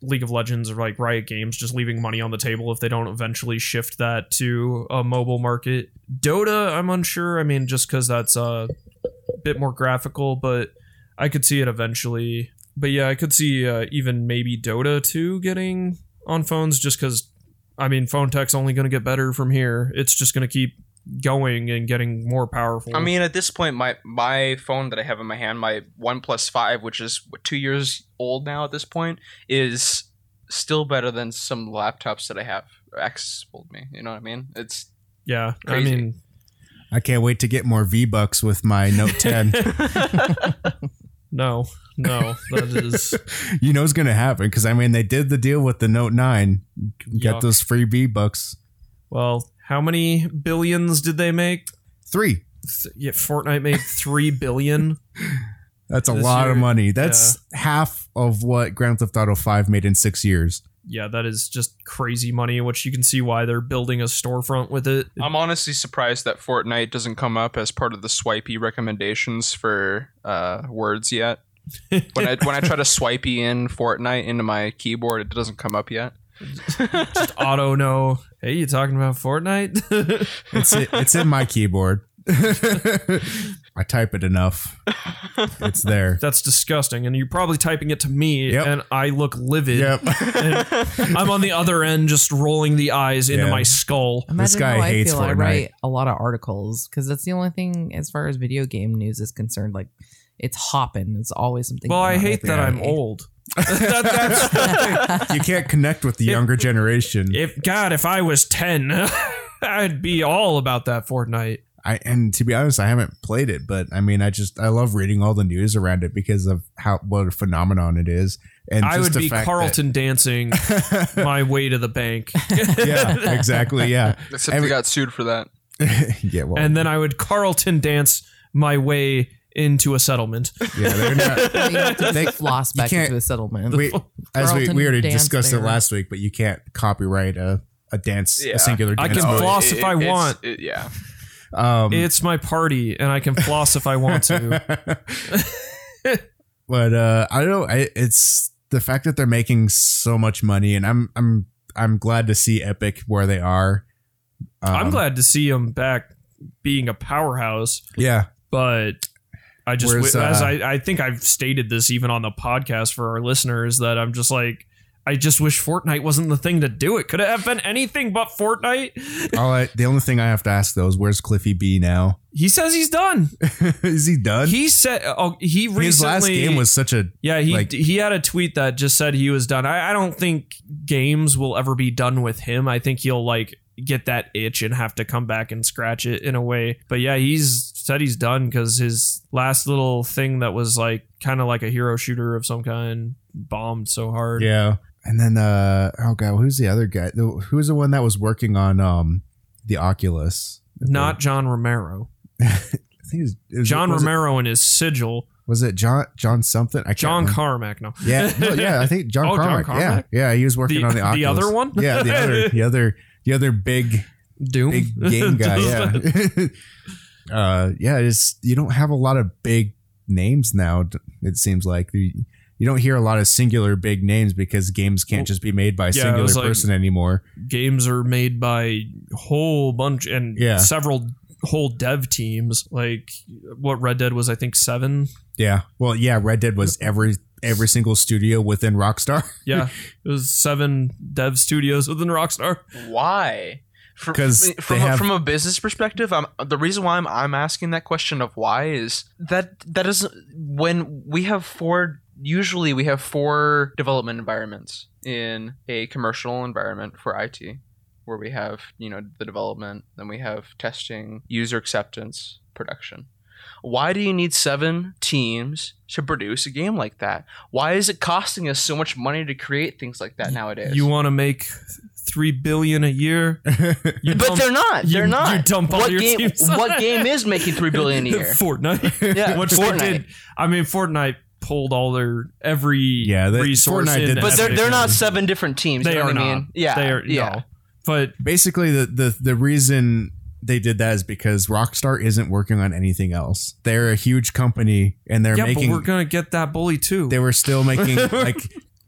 League of Legends or like Riot Games just leaving money on the table if they don't eventually shift that to a mobile market. Dota, I'm unsure. I mean, just because that's a bit more graphical, but I could see it eventually. But yeah, I could see uh, even maybe Dota 2 getting on phones just because, I mean, phone tech's only going to get better from here. It's just going to keep going and getting more powerful.
I mean, at this point, my my phone that I have in my hand, my One Plus Five, which is what, two years old now at this point, is still better than some laptops that I have accessible to me. You know what I mean? It's
yeah,
Crazy.
I mean,
I can't wait to get more V Bucks with my Note 10.
no, no, that is
you know it's going to happen because I mean they did the deal with the Note 9, got
Yuck.
those free V Bucks.
well. How many billions did they make?
Three.
Th- yeah, Fortnite made three billion.
That's a
This
lot of
year,
money. That's half of what Grand Theft Auto 5 made in 6 years.
Yeah, that is just crazy money. Which you can see why they're building a storefront with it.
I'm honestly surprised that Fortnite doesn't come up as part of the swipey recommendations for uh, words yet. when I when I try to swipey in Fortnite into my keyboard, it doesn't come up yet.
Auto no. Hey, you talking about Fortnite?
It's it's in my keyboard. I type it enough. It's there.
That's disgusting. And you're probably typing it to me,
Yep.
and I look livid.
Yep.
And I'm on the other end, just rolling the eyes into
Yeah.
my skull.
This
Imagine
guy
how I
hates
feel. I
Fortnite.
write a lot of articles because that's the only thing as far as video game news is concerned. Like it's hopping. It's always something.
Well, I
going on
hate
every
that I'm
day.
old. That- that's-
You can't connect with the younger generation.
If God, if I was ten, I'd be all about that Fortnite.
I and to be honest, I haven't played it, but I mean, I just I love reading all the news around it because of how what a phenomenon it is. And
I
just
would
the
be
fact
Carlton dancing
that-
my way to the bank,
yeah, exactly. Yeah,
Except
Every-
they got sued for that.
yeah. Well,
and then I would Carlton dance my way into a settlement.
Yeah, they're not.
I mean, you have to
They-
floss back
can't-
into a settlement.
We, as we,
Carlton
we already
dance
discussed it
there.
last week, but you can't copyright a, a dance,
Yeah.
a singular
I
dance.
can
move.
floss if I
it's-
want.
it- yeah.
Um,
It's my party, and I can floss if I want to.
but uh, I don't know. I, it's the fact that they're making so much money, and I'm I'm I'm glad to see Epic where they are. Um,
I'm glad to see him back being a powerhouse,
Yeah,
but I just
Whereas,
as
uh,
I, I think I've stated this even on the podcast for our listeners that I'm just like I just wish Fortnite wasn't the thing to do it. Could it have been anything but Fortnite?
All I, the only thing I have to ask though is where's Cliffy B now?
He says he's done.
is he done?
He said oh, he recently
His last game was such a
Yeah, he
Like-
he had a tweet that just said he was done. I, I don't think games will ever be done with him. I think he'll like get that itch and have to come back and scratch it in a way. But yeah, he's said he's done because his last little thing that was like kind of like a hero shooter of some kind bombed so hard.
yeah. And then uh oh god, who's the other guy? The- Who's the one that was working on um the Oculus?
Not John Romero.
I think it was, it was-
John
was it-
Romero and his sigil.
was it John John something? I can't
John
remember.
Carmack. No.
Yeah, no, yeah, I think John
Oh, John
Carmack.
Carmack?
Yeah, yeah, he was working
The-
on the
the
Oculus.
other one?
Yeah, the other, the other, the other big,
Doom.
big game guy. Yeah, uh, yeah. It's you don't have a lot of big names now. d- It seems like you, you don't hear a lot of singular big names because games can't just be made by a
Yeah, it
singular
was like-
person anymore.
games are made by whole bunch and
Yeah.
several whole dev teams like what red dead was i think seven
Yeah. Well, yeah. Red Dead was every every single studio within Rockstar
yeah it was seven dev studios within rockstar
Why? For-
'Cause
from,
they have-
from a business perspective, I'm, the reason why I'm, I'm asking that question of why is that that is when we have four. Usually, we have four development environments in a commercial environment for IT, where we have you know the development, then we have testing, user acceptance, production. Why do you need seven teams to produce a game like that? Why is it costing us so much money to create things like that nowadays?
you want to make three billion a year you
But
dump-
they're not.
you-
They're not.
you dump all
what
your
game?
teams.
What game is making three billion a year?
fortnite
Yeah,
which
Fortnite.
they did i mean fortnite pulled all their every
Yeah, they-
resource
Fortnite
in
did that.
But they're
Epic.
they're not seven different teams.
they
you know
are
what I
not
mean? Yeah,
they are
yeah.
no. but
basically the, the the reason they did that is because Rockstar isn't working on anything else. They're a huge company and they're
yeah
making
but we're gonna get that bully too
they were still making like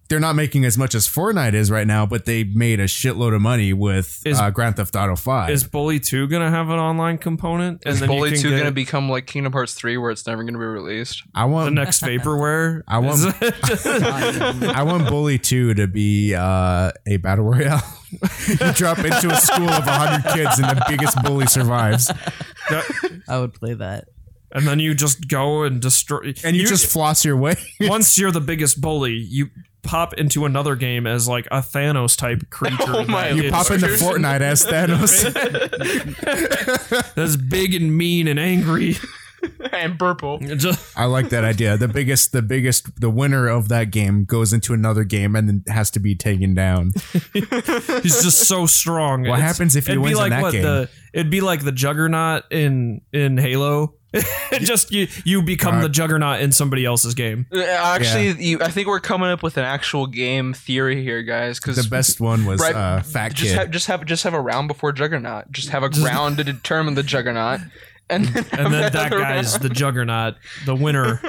they're not making as much as Fortnite is right now, but they made a shitload of money with
Is-
uh, Grand Theft Auto Five.
Is Bully 2 going to have an online component?
Is
then you
Bully
can
Two
get
gonna become like Kingdom Hearts Three, where it's never gonna be released?
I
the
want
next vaporware?
I want-
Is it-
I want Bully Two to be uh, a battle royale. you drop into a school of hundred kids and the biggest bully survives,
I would play that.
and then you just go and destroy.
and you just floss your way.
once you're the biggest bully, you pop into another game as like a Thanos type creature.
Oh my
that
You
is-
pop into Fortnite as Thanos.
that's big and mean and angry.
and purple.
It just-
I like that idea. The biggest, the biggest, the winner of that game goes into another game and then has to be taken down.
he's just so strong.
What happens if he
it'd
wins
be like
in that
what
game?
the it'd be like the Juggernaut in in Halo. It just you you become
Uh,
the Juggernaut in somebody else's game.
Uh, Actually, you, I think we're coming up with an actual game theory here, guys. Because
the best one was
Right.
uh, Fat
just
Kid.
have just have just have a round before Juggernaut. Just have a round to determine the Juggernaut, and then
and then that guy's the juggernaut, the winner,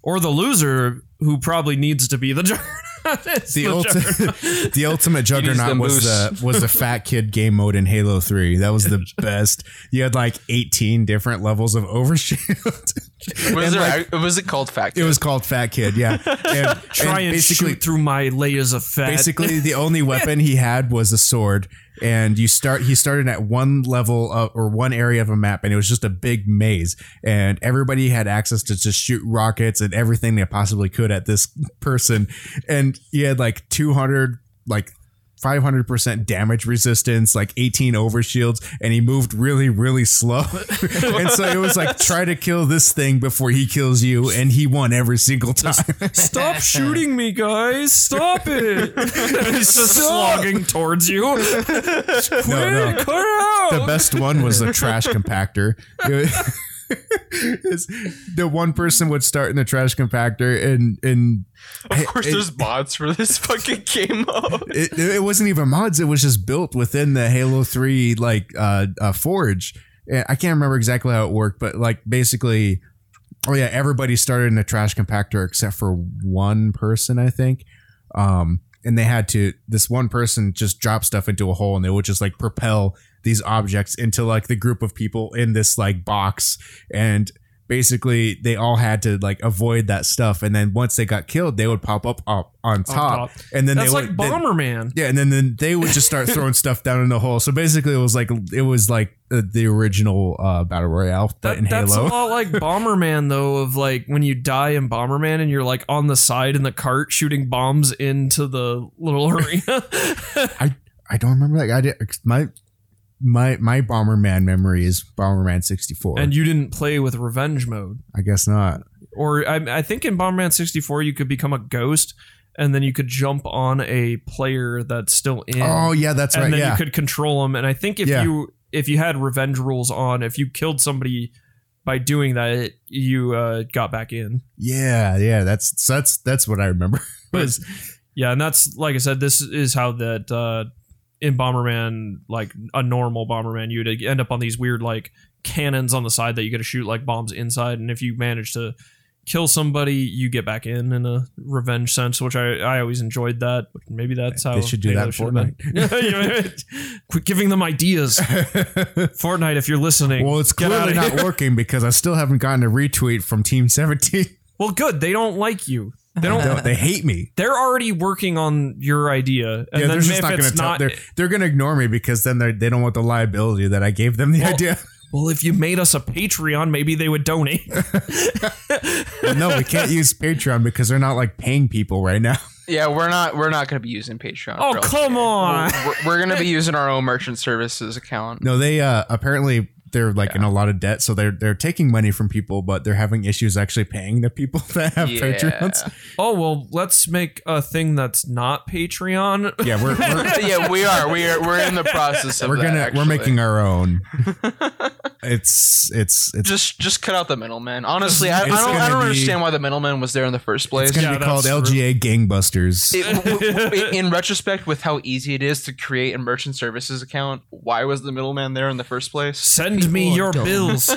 or the loser who probably needs to be the juggernaut. It's
the,
the juggernaut.
ulti- the ultimate juggernaut
the
was the was the Fat Kid game mode in Halo Three. That was the best. You had like eighteen different levels of overshield.
was,
And,
there,
like,
was it called Fact?
it was called Fat Kid. Yeah, and,
Try and
basically
shoot through my layers of fat.
basically the only weapon he had was a sword and you start he started at one level of, or one area of a map and it was just a big maze and everybody had access to just shoot rockets and everything they possibly could at this person and he had like 200 like 500% damage resistance like 18 overshields and he moved really really slow and so it was like try to kill this thing before he kills you and he won every single time
Stop shooting me, guys! Stop it! He's just slogging towards you.
no no
Cut it out!
Oh!
the best one was the trash compactor. It was- It's- the one person would start in the trash compactor, and and
Of course,
it-
there's mods for this fucking game mode.
it, it wasn't even mods. It was just built within the Halo Three like uh, uh forge. And I can't remember exactly how it worked, but like basically, oh yeah, everybody started in a trash compactor except for one person, I think. Um, and they had to this one person just drop stuff into a hole, and they would just like propel these objects into like the group of people in this like box and. Basically, they all had to like avoid that stuff, and then once they got killed, they would pop up, up on
top.
top, and then
Oh, That's
they
like
would, then-
Bomberman.
yeah, and then, then they would just start throwing stuff down in the hole. So basically, it was like it was like uh, the original uh, battle royale, but
That-
in
that's a
Halo.
lot like Bomberman, though, of like when you die in Bomberman and you're like on the side in the cart shooting bombs into the little arena.
I don't remember that. I did my my my Bomberman memory is Bomberman sixty four.
and you didn't play with revenge mode.
I guess not.
Or I, I think in Bomberman 64, you could become a ghost and then you could jump on a player that's still in.
oh yeah, that's
and
right.
then
Yeah,
you could control them. And I think if
Yeah.
you if you had revenge rules on, if you killed somebody by doing that, it, you uh, got back in.
yeah, yeah. That's so that's that's what I remember. was
Yeah, and that's like I said, this is how that uh, in Bomberman, like a normal Bomberman, you'd end up on these weird like cannons on the side that you got to shoot like bombs inside, and if you manage to kill somebody, you get back in in a revenge sense, which I, I always enjoyed that. But maybe that's how
They should do
maybe
that
should have
in
been. You know what I mean? Quit giving them ideas, Fortnite. If you're listening,
well, it's
Get outta
clearly not
here.
working because I still haven't gotten a retweet from Team Seventeen.
well, good. They don't like you. They
They
don't.
don't- they hate me.
They're already working on your idea, and
yeah,
then
they're
if
just not going
it's
to
not,
tell. They're, they're going to ignore me because then they they don't want the liability that I gave them the
Well-
idea.
well, if you made us a Patreon, maybe they would donate.
Well, no, we can't use Patreon because they're not like paying people right now.
Yeah, we're not we're not gonna be using Patreon.
Oh,
for
come
LGA.
on.
We're, we're- we're gonna be using our own merchant services account.
No, they uh apparently they're like in a lot of debt, so they're they're taking money from people, but they're having issues actually paying the people that have
Yeah.
Patreons.
oh well, let's make a thing that's not Patreon.
Yeah, we're we're,
yeah, we are. We are. We're in the process of.
we're
that,
gonna we're
actually.
making our own. it's it's it's
Just, just cut out the middleman. Honestly, I, I
It's
don't, I
gonna
don't
be-
understand why the middleman was there in the first place.
it's gonna
Yeah,
be called
that's true.
LGA Gangbusters.
It- w- w- in retrospect, with how easy it is to create a merchant services account, why was the middleman there in the first place?
Send me
People
your
are dumb.
bills.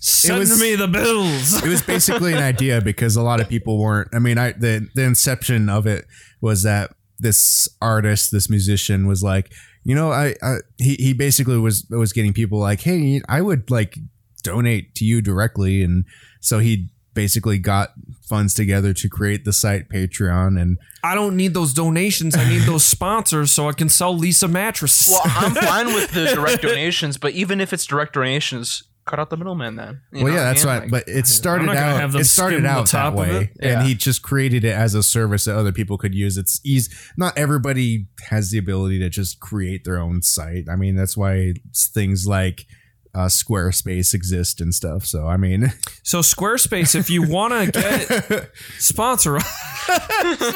Send
was-
me the bills.
it was basically an idea because a lot of people weren't. I mean, I the the inception of it was that this artist, this musician, was like, you know, I, I he he basically was was getting people like, hey, I would like donate to you directly, and so he basically got funds together to create the site Patreon, and
I don't need those donations. I need those sponsors so I can sell Lisa mattresses.
Well, I'm fine with the direct donations, but even if it's direct donations, cut out the middleman then. You
well,
know what I
yeah, that's
mean?
right.
Like-
but it started
not gonna
out.
have them
It started
skim the
out
top
that
of
way,
it.
Yeah.
and he just created it as a service that other people could use. It's easy. Not everybody has the ability to just create their own site. I mean, that's why s- things like uh, Squarespace exist and stuff. So, I mean,
so Squarespace, if you want to get sponsor us.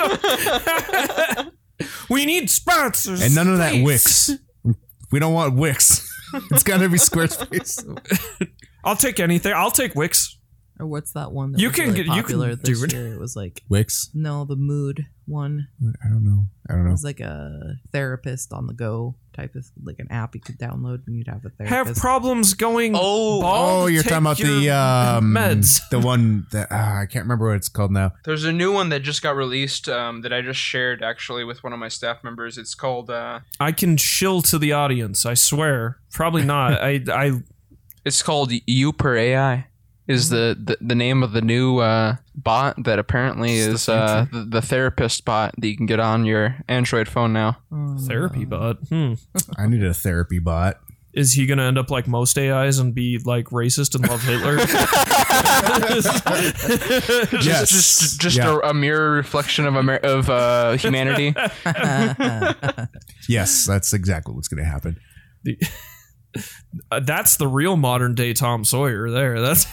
we need sponsors.
and none of that
please.
Wix. We don't want Wix. it's got to be Squarespace.
I'll take anything. I'll take Wix.
Or what's that one that
You
was
can
really
get- you can
popular
do
this
it.
year? It was like
Wix.
no, the mood one.
I don't know. I don't
It
know.
was like a therapist on the go type of like an app you could download and you'd have a therapist.
Have problems going.
Oh,
bald,
Oh, you're
take
talking about the
your
um,
meds.
the one that uh, I can't remember what it's called now.
There's a new one that just got released um, that I just shared actually with one of my staff members. It's called. Uh,
I can chill to the audience. I swear. Probably not. I I
it's called You per AI. Is the, the the name of the new uh, bot that apparently
It's the
is uh, the, the therapist bot that you can get on your Android phone now?
Oh,
therapy
no.
bot. Hmm.
I need a therapy bot.
Is he gonna end up like most AIs and be like racist and love Hitler?
Just,
Yes.
just, just
Yeah.
a, a mirror reflection of Amer- of uh, humanity.
Oh,
Yes, that's exactly what's going to happen.
Uh, that's the real modern day Tom Sawyer. There. That's.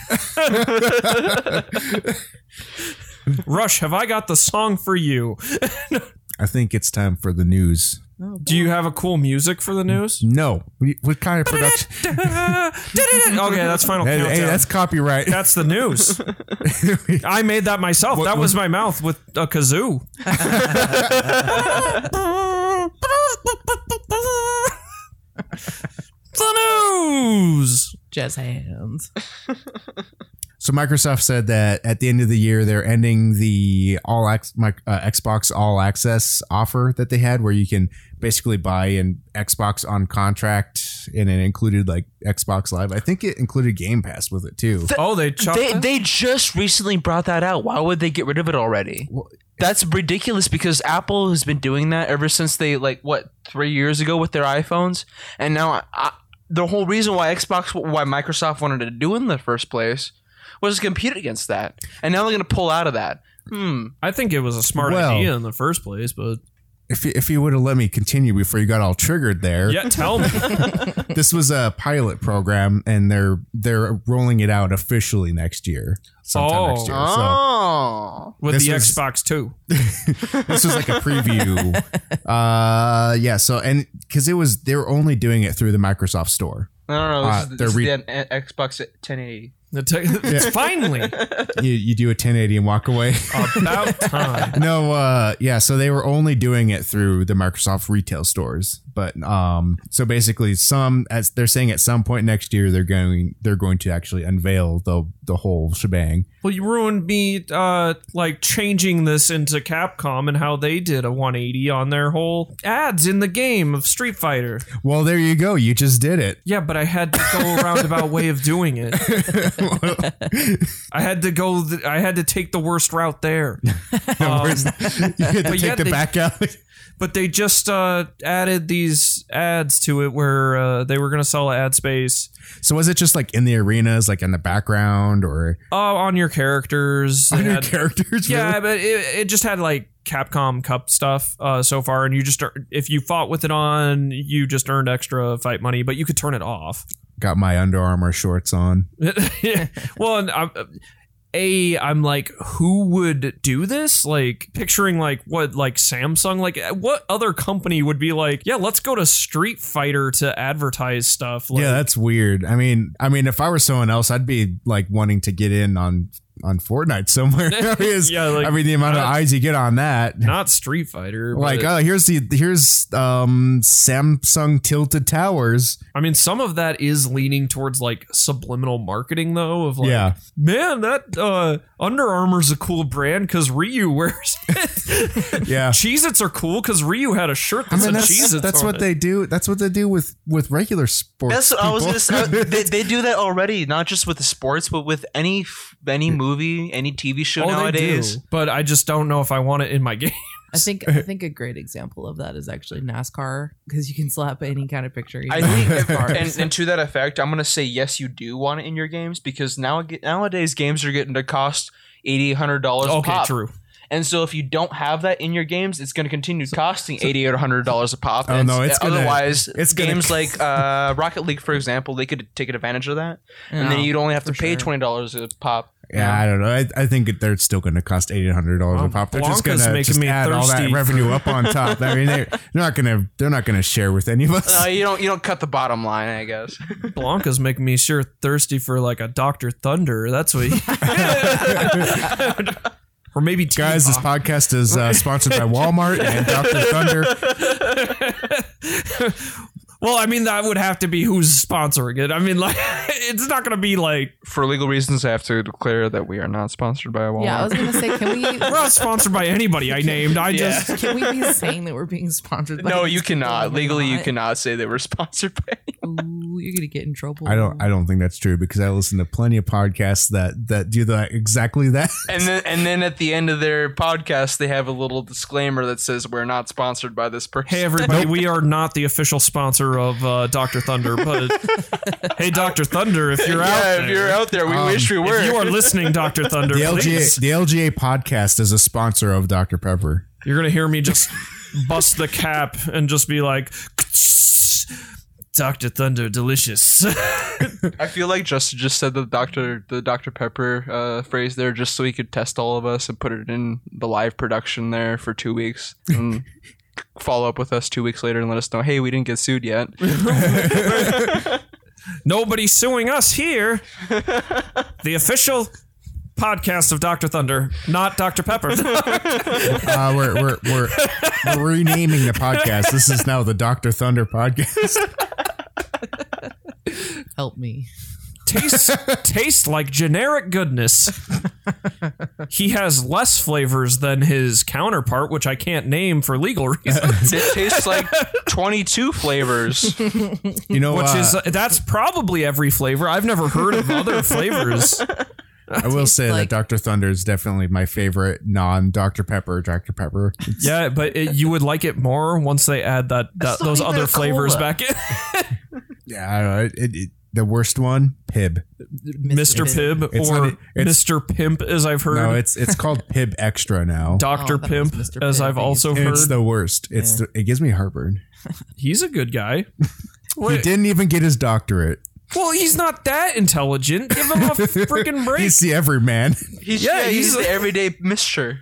Rush, have I got the song for you?
I think it's time for the news.
Oh,
Do you have a cool music for the news?
No. We- What kind of production?
okay, that's final
Hey,
countdown.
hey, that's
that's
copyright.
the news. I made that myself. that was my mouth with a kazoo. the news.
jazz hands.
So Microsoft said that at the end of the year, they're ending the all ac- mic- uh, Xbox All Access offer that they had, where you can basically buy an Xbox on contract, and it included like Xbox Live. I think it included Game Pass with it too.
Oh, they chopped.
They
that?
they just recently brought that out. Why would they get rid of it already?
Well-
That's ridiculous because Apple has been doing that ever since they like what three years ago with their iPhones, and now I, I, the whole reason why Xbox, why Microsoft wanted to do it in the first place, was to compete against that, and now they're going to pull out of that. Hmm.
I think it was a smart
Well-
idea in the first place, but
If you, if you would have let me continue before you got all triggered there,
yeah, tell me.
this was a pilot program, and they're they're rolling it out officially next year. Sometime
Oh.
next year. So.
Oh,
with
This
the
was-
Xbox too.
this was like a preview. Uh, yeah. So and because it was, they were only doing it through the Microsoft Store.
I don't know.
Uh,
This is,
they're
this is
re-
the uh, Xbox 1080.
The tech- Finally,
You, you do a 1080 and walk away.
about time.
no. Uh, yeah. So they were only doing it through the Microsoft retail stores. But um, so basically, some as they're saying at some point next year, they're going they're going to actually unveil the the whole shebang.
Well, you ruined me, uh, like changing this into Capcom and how they did a 180 on their whole ads in the game of Street Fighter.
Well, there you go. You just did it.
Yeah, but I had to go a roundabout way of doing it. I had to go. Th- I had to take the worst route there. Um,
Oh. you had to
But
take
yeah,
the
they-
back out.
but they just uh, added these ads to it where uh, they were going to sell ad space
So was it just like in the arenas, like in the background, or
uh, on your characters. They
on your
had-
characters? really?
Yeah, but it, it just had like Capcom Cup stuff uh, so far, and you just ear- if you fought with it on, you just earned extra fight money, but you could turn it off.
got my Under Armour shorts on.
well, and I'm, a I'm like, who would do this? Like picturing like what like Samsung, like uh, what other company would be like, yeah, let's go to Street Fighter to advertise stuff. Like,
yeah, that's weird. I mean, I mean, if I were someone else, I'd be like wanting to get in on on Fortnite somewhere. I mean, it's-
Yeah, like,
I mean, the amount of
uh,
eyes you get on that.
not Street Fighter.
Like,
but-
oh, here's the here's um Samsung tilted towers.
I mean, some of that is leaning towards like subliminal marketing, though. Of like,
yeah,
man, that uh, Under Armour's a cool brand because Ryu wears it.
yeah.
Cheez-Its are cool because Ryu had a shirt that
I mean,
said
that's,
Cheez-Its
that's
on
what
it.
they do. That's what they do with with regular sports.
That's what I was
people.
gonna say. Uh, They, they do that already, not just with the sports, but with any f- any movie, any TV show
Oh, they
nowadays.
do, but I just don't know if I want it in my game.
I think I think a great example of that is actually NASCAR because you can slap any kind of picture. You
I
want
think,
on
if,
the cars.
and, and to that effect, I'm gonna say yes, you do want it in your games because now nowadays games are getting to cost eighty, hundred dollars a
Okay,
pop.
true.
And so if you don't have that in your games, it's gonna continue costing eighty or hundred dollars a pop.
Oh,
And
no, it's gonna-
otherwise
it's gonna-
games like uh, Rocket League, for example, they could take advantage of that, and then
No,
you'd only have to
for
pay
sure.
twenty dollars a pop.
Yeah, I don't know. I, I think they're still going to cost eight hundred dollars a
Well,
pop. They're just going
Blanca's
to
making
just
me
add all that
thirsty
revenue up on top. I mean, they're, they're not going to they're not going to share with any of us.
No, you don't. You don't cut the bottom line, I guess.
Blanca's making me sure thirsty for like a Doctor Thunder. That's what. or maybe T-
Guys, this
Hawk.
podcast is uh, sponsored by Walmart and Dr. Thunder.
well, I mean that would have to be who's sponsoring it. I mean, like it's not going to be like
For legal reasons, I have to declare that we are not sponsored by Walmart.
yeah, I was gonna say, can
we're
we
not sponsored by anybody I named. I
Yeah.
just
can we be saying that we're being sponsored? by
no,
these
you
people
cannot.
and we're
Legally, you
not?
cannot say that we're sponsored by.
Ooh, you're gonna get in trouble.
I don't I don't think that's true because I listen to plenty of podcasts that that do that exactly that.
And then, and then at the end of their podcast, they have a little disclaimer that says we're not sponsored by this person.
hey everybody, we are not the official sponsor of uh, Doctor Thunder, but hey Doctor Thunder, if you're
yeah,
out,
if
there,
you're out there, we
Um,
wish we were.
if you are listening, Doctor Thunder,
The LGA
please,
the LGA podcast is a sponsor of Dr. Pepper.
you're gonna hear me just bust the cap and just be like. Dr. Thunder, delicious.
I feel like Justin just said the doctor, the Dr Pepper uh, phrase there, just so he could test all of us and put it in the live production there for two weeks. And follow up with us two weeks later and let us know, hey, we didn't get sued yet.
Nobody's suing us here. the official podcast of Dr. Thunder, not Dr. Pepper.
Uh, we're, we're, we're, we're renaming the podcast. This is now the Doctor Thunder podcast.
Help me.
tastes tastes like generic goodness. he has less flavors than his counterpart, which I can't name for legal reasons.
it tastes like 22 flavors.
You know,
Which
uh,
is that's probably every flavor. I've never heard of other flavors.
I will say
like-
that Dr. Thunder is definitely my favorite non Dr. Pepper Dr. Pepper.
Yeah, but it, you would like it more once they add that, that
still
those
think
other
they're
flavors
cola.
back in.
Yeah, I don't know. It, it, the worst one, Pib.
Mr.
Pibb.
Pibb
It's
or
not- e-, it's-
Mr. Pimp, as I've heard.
No, it's it's called Pib Extra now.
Doctor
Oh, I thought it was
Pimp,
Mr.
as
Pibb.
I've also
And
heard.
it's the worst. It's the, it gives me heartburn.
he's a good guy. Wait,
He didn't even get his doctorate.
well, he's not that intelligent. Give him a freaking break.
He's the everyman.
He's,
Yeah,
yeah, he's,
he's-
the everyday mister.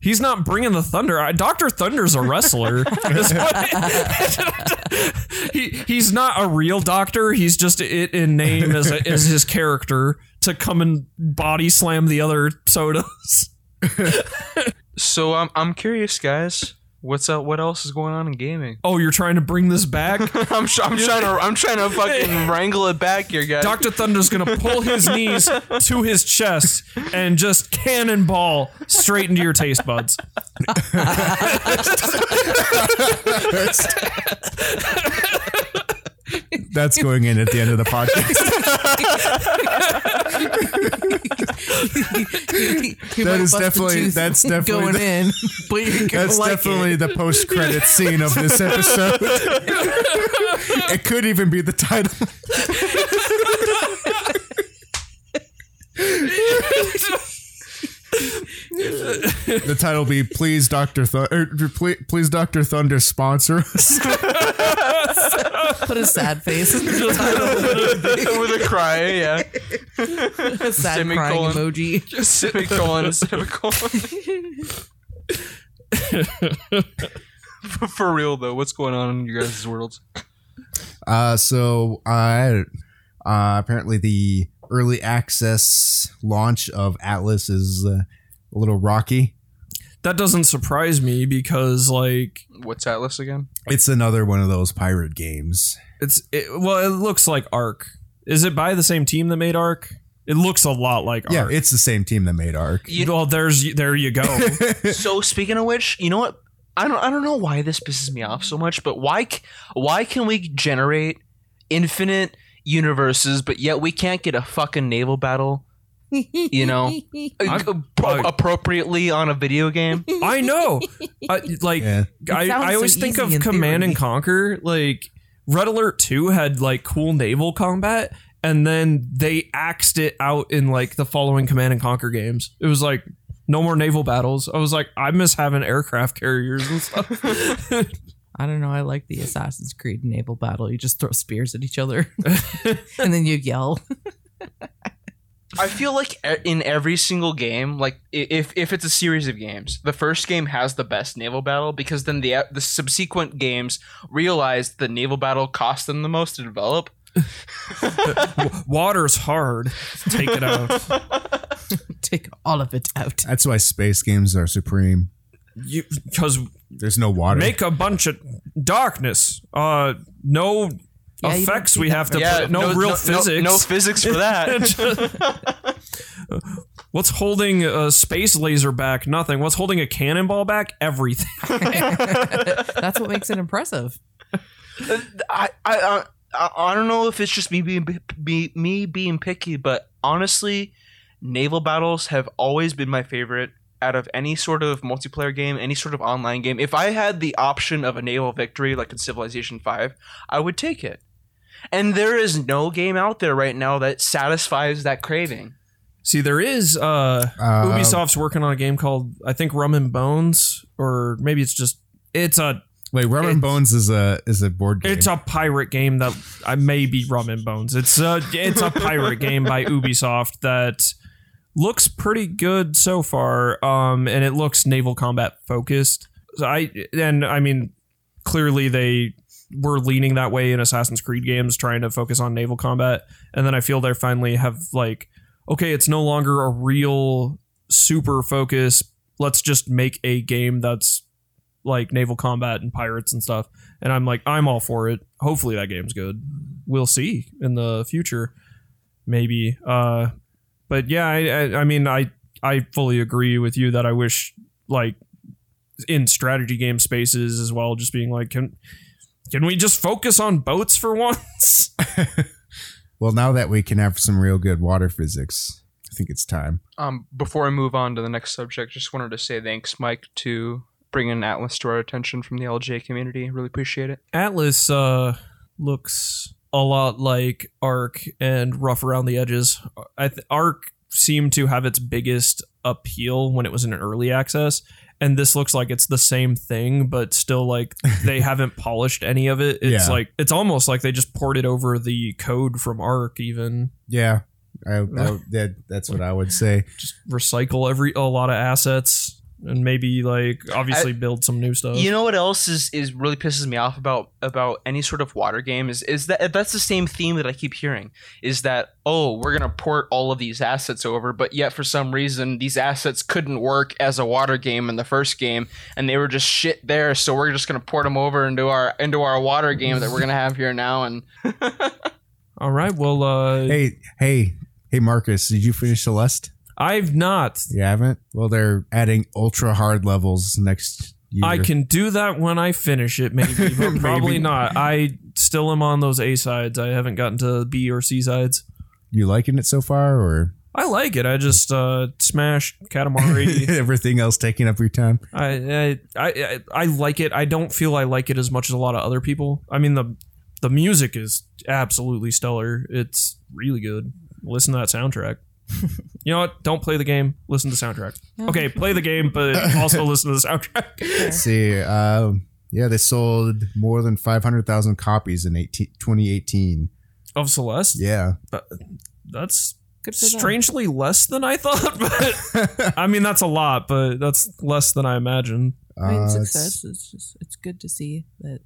He's not bringing the thunder. I, Dr. Thunder's a wrestler. That's what- he, he's not a real doctor. He's just it in name as, a, as his character to come and body slam the other sodas.
So I'm, I'm curious, guys. What's up? What else is going on in gaming?
Oh, you're trying to bring this back?
I'm, sh- I'm trying to I'm trying to fucking wrangle it back here, guys.
Dr. Thunder's going to pull his knees to his chest and just cannonball straight into your taste buds.
That's going in at the end of the podcast. That is definitely- that's definitely
going
the-
in. But you're gonna
That's
like
definitely
it.
the post credit scene of this episode. it could even be the title. the title be please Doctor Thunder please, please Doctor Thunder sponsor us.
put a sad face. in the
with a cry, yeah.
title. a sad
Semicolon.
crying emoji.
Semicolon, semicolon. for, for real though, what's going on in your guys' worlds?
Uh, so uh, uh, apparently the early access launch of Atlas is uh, a little rocky.
That doesn't surprise me because, like,
What's Atlas again?
It's another one of those pirate games.
It's it, well, it looks like Ark. Is it by the same team that made Ark? It looks a lot like
Yeah,
Ark.
it's the same team that made Ark.
You-
well, there's there you go.
so speaking of which, you know what? I don't I don't know why this pisses me off so much, but why c- why can we generate infinite universes, but yet we can't get a fucking naval battle? You know,
I'm-
appro- appropriately on a video game.
I know. I, like
yeah.
I,
sounds
I
so
always think
easy
of
in
Command
theory.
and Conquer. Like Red Alert Two had like cool naval combat, and then they axed it out in like the following Command and Conquer games. It was like no more naval battles. I was like, I miss having aircraft carriers and stuff.
I don't know. I like the Assassin's Creed naval battle. You just throw spears at each other, and then you yell.
I feel like e- in every single game, like i- if if it's a series of games, the first game has the best naval battle because then the the subsequent games realize the naval battle cost them the most to develop.
W- Water's hard. Take it out.
Take all of it out.
That's why space games are supreme.
You because
There's no water.
make a bunch of darkness. Uh, no
Yeah, you
effects
don't
we
see
have to.
that
put, no, real physics.
No, physics for that.
What's holding a space laser back? Nothing. What's holding a cannonball back? Everything.
That's what makes it impressive.
I, I I- I I don't know if it's just me being p- be, me being picky, but honestly, naval battles have always been my favorite out of any sort of multiplayer game, any sort of online game. If I had the option of a naval victory like in Civilization 5, I would take it. And there is no game out there right now that satisfies that craving.
See, there is. Uh,
Uh,
Ubisoft's working on a game called I think Rum and Bones, or maybe it's just it's a
Wait, Rum and
it's-
Bones is a is a board game.
it's a pirate game that I may be Rum and Bones. It's a it's a pirate game by Ubisoft that looks pretty good so far, um, and it looks naval combat focused. So I and I mean, clearly they were leaning that way in Assassin's Creed games, trying to focus on naval combat, and then I feel they finally have like, okay, it's no longer a real super focus. Let's just make a game that's like naval combat and pirates and stuff. And I'm like, I'm all for it. Hopefully that game's good. We'll see in the future, maybe. Uh, but yeah, I, I, I mean, I I fully agree with you that I wish like in strategy game spaces as well, just being like, can can we just focus on boats for once?
Well, now that we can have some real good water physics, I think it's time.
Um, before I move on to the next subject, just wanted to say thanks, Mike, to bringing Atlas to our attention from the LJ community. Really appreciate it.
Atlas uh, looks a lot like Arc and rough around the edges. I th- Arc seemed to have its biggest appeal when it was in early access, and this looks like it's the same thing, but still like they haven't polished any of it. It's
Yeah.
like it's almost like they just ported over the code from Arc, even
Yeah, I, I, that, that's what I would say.
just recycle every a lot of assets. And maybe like obviously build some new stuff.
You know what else is, is really pisses me off about about any sort of water game is is that that's the same theme that I keep hearing is that oh we're gonna port all of these assets over but yet for some reason these assets couldn't work as a water game in the first game and they were just shit there so we're just gonna port them over into our into our water game that we're gonna have here now and
All right. Well, uh,
Hey, hey, hey, Marcus, did you finish Celeste?
I've not.
You haven't? Well, they're adding ultra hard levels next year.
I can do that when I finish it, maybe, but
Maybe.
probably not. I still am on those A sides. I haven't gotten to B or C sides.
You liking it so far, or
I like it. I just uh, smash Katamari.
everything else taking up your time?
I, I I I like it. I don't feel I like it as much as a lot of other people. I mean the the music is absolutely stellar. It's really good. Listen to that soundtrack. you know what? Don't play the game. Listen to the soundtrack. Okay, play the game, but also listen to the soundtrack.
Let's see. Um, yeah, they sold more than 500,000 copies in 18, 2018.
of Celeste.
Yeah.
Uh, that's
Good for them.
strangely less than I thought. But I mean, that's a lot, but that's less than I imagined.
I mean,
Uh, it's-
success. It's just it's good to see that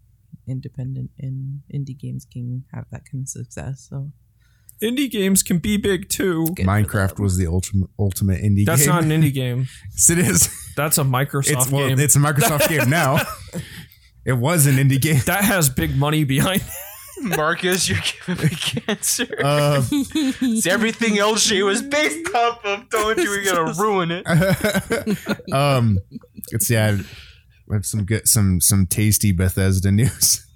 independent and indie games can have that kind of success. So
Indie games can be big too.
good for
Minecraft
them.
was the ultimate, ultimate indie
That's
game.
not an indie game.
Yes, it is.
That's a Microsoft
It's, well,
game.
it's a Microsoft game now. It was an indie game.
that has big money behind it.
Marcus you're giving me cancer
Uh,
it's everything LJ was based off of don't you we're gonna ruin it
um, it's yeah. I have some good, some some tasty Bethesda news.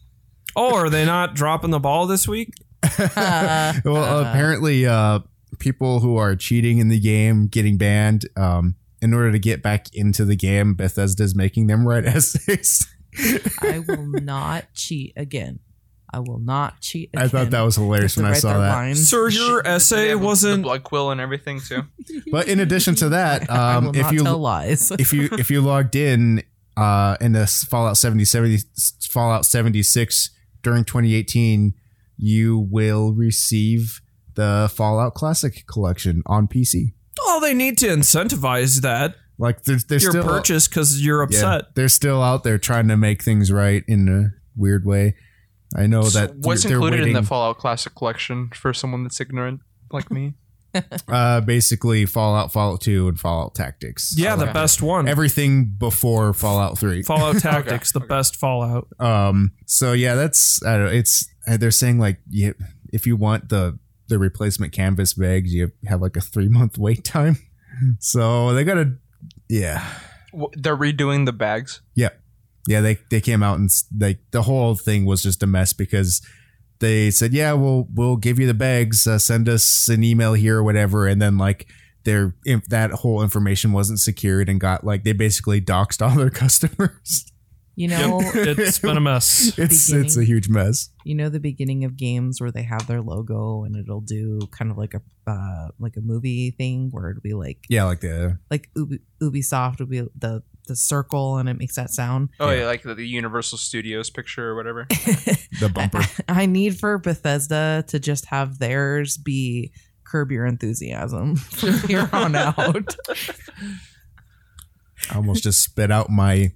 Oh, are they not dropping the ball this week?
Uh,
well,
uh,
apparently, uh, people who are cheating in the game getting banned. Um, in order to get back into the game, Bethesda's making them write essays.
I will not cheat again. I will not cheat. Again.
I thought that was
Just
hilarious
to
when I
write
saw
their
that.
lines.
Sir,
Shit,
your essay
yeah, with the
wasn't.
blood quill and everything too.
But in addition to that,
I
um,
will
if
not
you
tell lies.
if you if you logged in uh, in the Fallout 77 Fallout 76 during 2018, you will receive the Fallout Classic collection on PC.
Oh, they need to incentivize that
Like there's there's
your
still
purchase because you're upset.
they're still out there trying to make things right in a weird way. I know Oh, that
what's
they're- they're
included in the
waiting,
Fallout Classic collection for someone that's ignorant like me?
uh, basically Fallout Fallout 2 and Fallout Tactics.
Yeah, the
Okay.
best one.
Everything before Fallout 3.
Fallout Tactics, the
okay.
best Fallout.
Um. So yeah, that's I don't know. It's uh, they're saying like you, if you want the the replacement canvas bags, you have like a three month wait time. So they gotta, yeah,
W- They're redoing the bags.
yeah. They they came out and s- like the whole thing was just a mess because they said yeah we'll we'll give you the bags, uh, send us an email here or whatever, and then like their if that whole information wasn't secured and got like they basically doxed all their customers.
you know,
Yep, it's been a mess.
It's it's a huge mess.
you know the beginning of games where they have their logo and it'll do kind of like a uh, like a movie thing where it'd be like
Yeah, like the
like Ubi- Ubisoft would be the the circle and it makes that sound.
Oh yeah, like the, the Universal Studios picture or whatever.
the bumper.
I need for Bethesda to just have theirs be curb your enthusiasm from here on out.
I almost just spit out my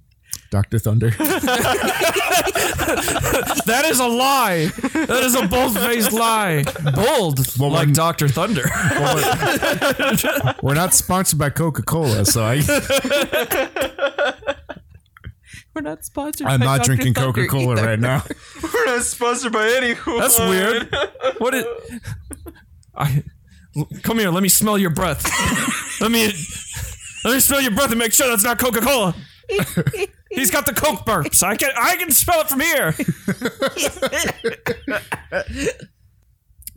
Dr. Thunder.
That is a lie. That is a bold faced lie. Bold,
Well,
like
when-
Dr. Thunder.
We're not sponsored by Coca Cola, so I,
We're not sponsored.
I'm
by
not
Dr.
drinking
Thunder
Coca Cola
either.
right now.
We're not sponsored by anyone.
That's weird. What it? I l- come here. Let me smell your breath. let me let me smell your breath and make sure that's not Coca Cola. He's got the Coke burps. I can I can smell it from here.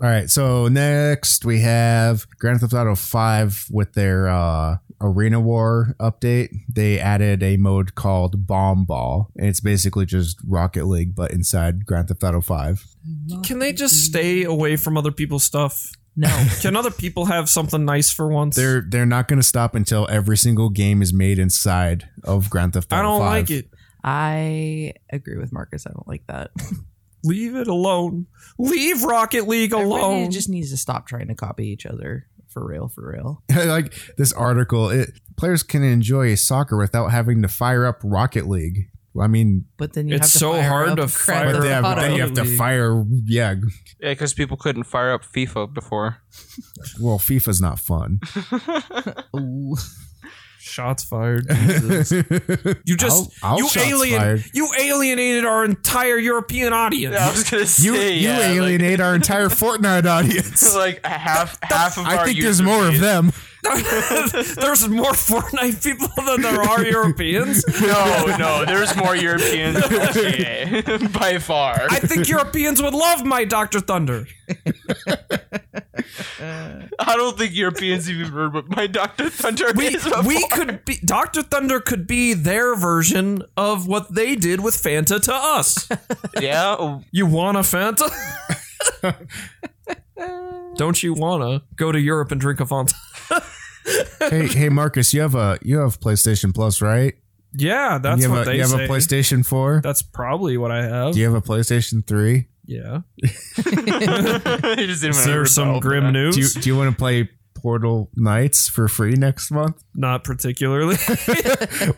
All right, so next we have Grand Theft Auto 5 with their uh, Arena War update. They added a mode called Bomb Ball, and it's basically just Rocket League, but inside Grand Theft Auto 5.
Can they just
Mm-hmm.
stay away from other people's stuff?
No.
Can other people have something nice for once?
They're they're not going to stop until every single game is made inside of Grand Theft Auto
I don't
5.
like it.
I agree with Marcus. I don't like that.
Leave it alone. Leave Rocket League alone.
Everybody just needs to stop trying to copy each other. For real, for real.
I like this article. It players can enjoy soccer without having to fire up Rocket League. I mean,
But then you
It's
have to
so
fire
hard
up
to
Grand
fire
but
Theft
they have,
up
Auto.
then you have to
League.
fire. Yeah,
Yeah, because people couldn't fire up FIFA before.
well, FIFA's not fun.
Ooh.
Shots fired.
you
You just
I'll, I'll
you
shots
alien
fired.
you alienated our entire European audience.
Yeah, I was gonna say
You, you
yeah,
alienate our entire Fortnite audience.
Oh,
Like, like half half of our
I think there's
user
more of
base.
them.
There's more Fortnite people than there are Europeans.
No, no, there's more Europeans than LGA, by far.
I
I,
think Europeans would love my Doctor Thunder.
don't think Europeans even heard what my Doctor Thunder
We
is. Before.
we could be Doctor Thunder could be their version of what they did with Fanta to us.
yeah,
You want a Fanta? Don't you wanna go to Europe and drink a Fanta?
hey, hey, Marcus, you have a you have PlayStation Plus, right?
Yeah, that's
you have
what
a,
they
You have
say.
a PlayStation Four.
that's probably what I have.
Do you have a PlayStation Three?
yeah.
He just didn't
Is
wanna
there some
rebel,
grim
man.
news?
Do you, do you want to play Portal Knights for free next month?
Not particularly.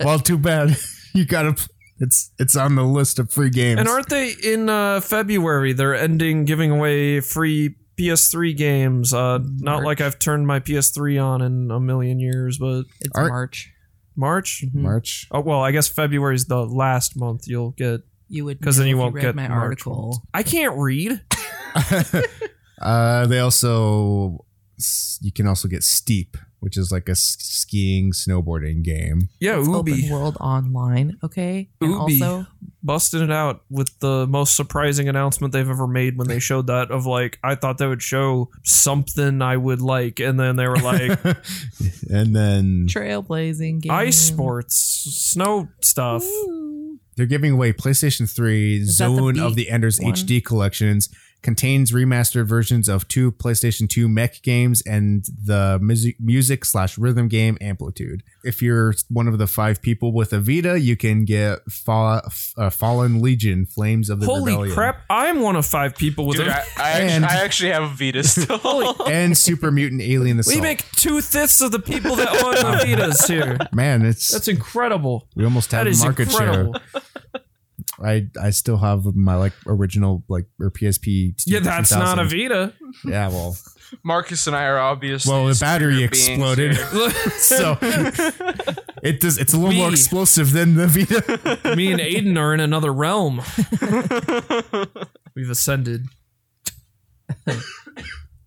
well, too bad. You gotta. pl- It's it's on the list of free games.
And aren't they in uh, February? They're ending giving away free PS3 games. Uh, not
March.
like I've turned my PS3 on in a million years, but
It's
Aren't-
March.
March.
Mhm.
March.
Oh well, I guess February's the last month you'll get.
You would
'Cause then
know
you
if
won't
read
get
my
March
article.
I can't read.
uh, they also s- you can also get Steep, which is like a s- skiing snowboarding game.
Yeah,
It's
Ubi
open world online. Okay. And
Ubi.
also,
busted it out with the most surprising announcement they've ever made when they showed that of like I thought they would show something I would like, and then they were like
and then
trailblazing game.
ice sports, snow stuff.
Ooh.
they're giving away PlayStation 3
Is that the
Zone
beat
of the Enders
one?
HD collections. Contains remastered versions of two PlayStation 2 mech games and the music, music slash rhythm game Amplitude. If you're one of the five people with a Vita, you can get Fa- uh, Fallen Legion, Flames of the
Holy
Rebellion.
crap! I'm one of five people with
Dude,
a
I, I,
And-
actually, I actually have Vita still.
And Super Mutant Alien Assault.
We make two fifths of the people that own the Vitas here.
Man, it's
That's incredible.
we almost have
That is
market
incredible.
share. I I still have my like original like or PSP.
Yeah, that's not a
2000.
Vita.
Yeah, well,
Marcus and I are obviously.
well, the
superior
battery
beings
exploded.
here.
so it does it's a little more
We-
explosive than the Vita.
Me and Aiden are in another realm. We've ascended.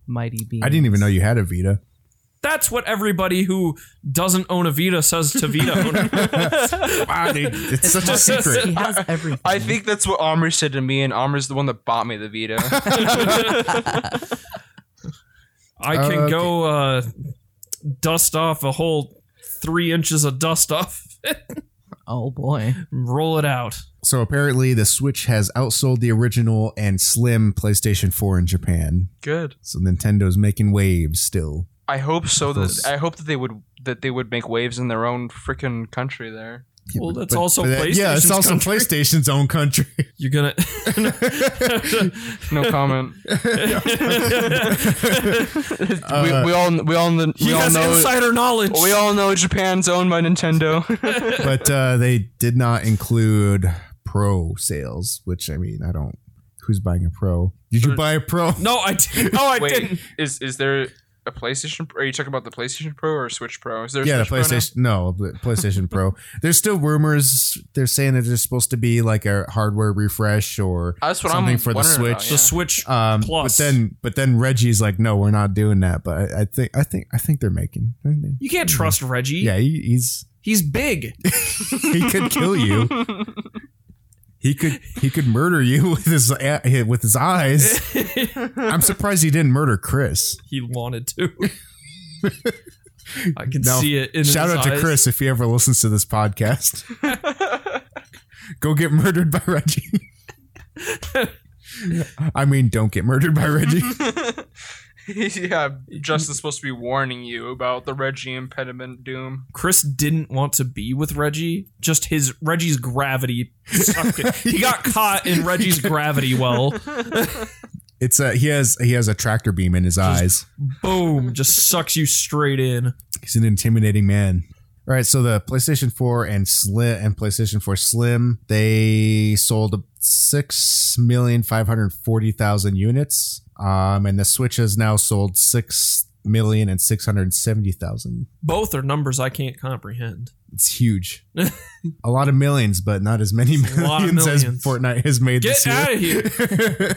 Mighty Beans.
I didn't even know you had a Vita.
That's what everybody who doesn't own a Vita says to Vita owners.
Wow, dude, it's such a
He
secret.
has everything.
I think that's what Amr said to me, and Amr's the one that bought me the Vita.
I can
Okay.
go uh, dust off a whole three inches of dust off
Oh boy.
and roll it out.
So apparently the Switch has outsold the original and slim PlayStation 4 in Japan.
Good.
So Nintendo's making waves still.
I hope so. That
Those-
I hope that they would that they would make waves in their own freaking country there.
Well, that's
But-
also
but that- Yeah, it's
PlayStation's
also
country.
PlayStation's own country.
You're gonna.
No comment.
Uh,
we, we all we all kn-
he
we all
has
know
insider knowledge.
we all know Japan's owned by Nintendo.
but uh, they did not include pro sales, which I mean, I don't. Who's buying a pro? Did you buy a pro?
no, I didn't. No, I didn't.
is is there a PlayStation? Pro- Are you talking about the PlayStation Pro or Switch Pro? Is there a
Yeah, the
Switch Pro now?
PlayStation. No, the PlayStation Pro. There's still rumors. They're saying that there's supposed to be like a hardware refresh or
That's what
something
I'm
for the
wondering
Switch.
About,
The Switch.
um.
Plus.
But then, but then Reggie's like, no, we're not doing that. But I, I think, I think, I think they're making.
you can't trust Reggie.
Yeah, he, he's
He's big.
he could kill you. He could he could murder you with his a- with his eyes. I'm surprised he didn't murder Chris.
he wanted to. I can
Now,
see it. In
Shout
his
out to
eyes.
Chris if he ever listens to this podcast. Go get murdered by Reggie. I mean, don't get murdered by Reggie.
yeah. yeah, Justin's supposed to be warning you about the Reggie impediment doom.
Chris didn't want to be with Reggie. Just his Reggie's gravity. sucked it. He got caught in Reggie's gravity well.
It's a he has he has a tractor beam in his eyes.
Boom. Just sucks you straight in.
He's an intimidating man. All right, so the PlayStation 4 and Slim and PlayStation 4 Slim they sold six million five hundred forty thousand units, um, and the Switch has now sold six million and six hundred seventy thousand.
Both are numbers I can't comprehend.
It's huge. a lot of millions, but not as many
A lot of
millions, as
millions.
Fortnite has made
Get
this year.
out of here.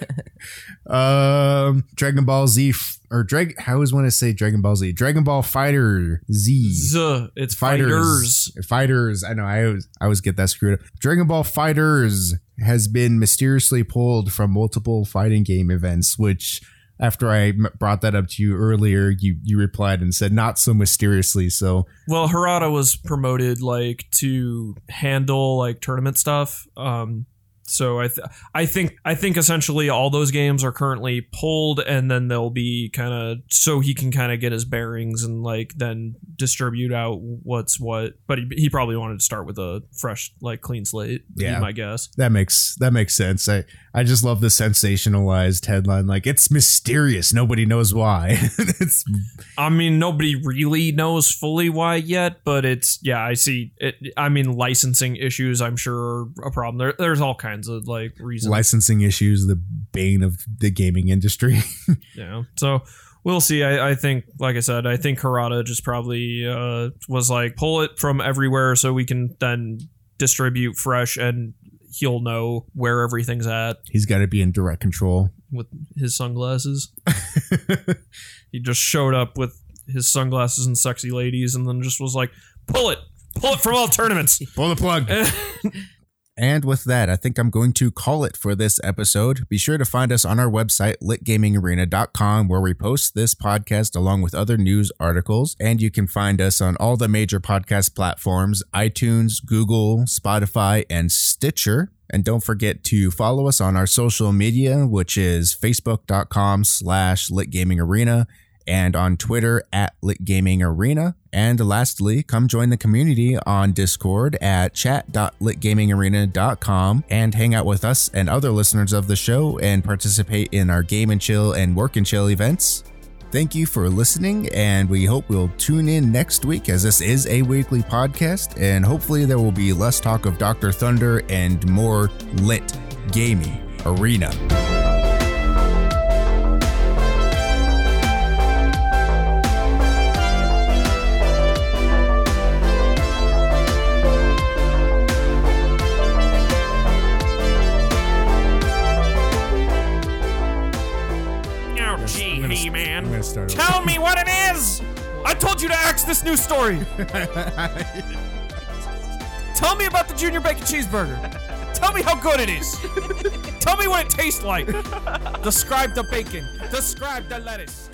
um, Dragon Ball Z f- or Drag. I always want to say Dragon Ball Z. Dragon Ball Fighter Z.
Zuh, it's fighters.
Fighters, fighters. I know. I always, I always get that screwed up. Dragon Ball Fighters has been mysteriously pulled from multiple fighting game events. Which, after I m- brought that up to you earlier, you you replied and said not so mysteriously. So
Well, Harada was promoted like to handle like tournament stuff. Um, so I, th- I think, I think essentially all those games are currently pulled, and then they'll be kind of so he can kind of get his bearings and like then distribute out what's what. But he, he probably wanted to start with a fresh, like clean slate. Yeah,
Yeah.
my guess.
that makes that makes sense. I I just love the sensationalized headline like it's mysterious. Nobody knows why. it's
I mean, nobody really knows fully why yet, but it's yeah. I see. It, I mean, licensing issues. I'm sure are a problem. There, there's all kinds of like reasons.
licensing issues, the bane of the gaming industry.
Yeah. So we'll see. I, I think, like I said, I think Harada just probably uh, was like, pull it from everywhere so we can then distribute fresh and he'll know where everything's at
He's got to be in direct control.
with his sunglasses. he just showed up with his sunglasses and sexy ladies and then just was like, pull it. Pull it from all tournaments.
Pull the plug. And with that, I think I'm going to call it for this episode. Be sure to find us on our website, litgamingarena.com, where we post this podcast along with other news articles. And you can find us on all the major podcast platforms iTunes, Google, Spotify, and Stitcher. And don't forget to follow us on our social media, which is facebook.com slash litgamingarena and on Twitter at Lit Gaming Arena. And lastly, come join the community on Discord at chat.litgamingarena.com and hang out with us and other listeners of the show and participate in our game and chill and work and chill events. Thank you for listening, and we hope we'll tune in next week as this is a weekly podcast, and hopefully there will be less talk of Dr. Thunder and more lit gaming arena.
Oh, gee, hey, man.
gonna start
Tell me what it is! I told you to axe this new story! Tell me about the junior bacon cheeseburger. Tell me how good it is. Tell me what it tastes like. Describe the bacon. Describe the lettuce.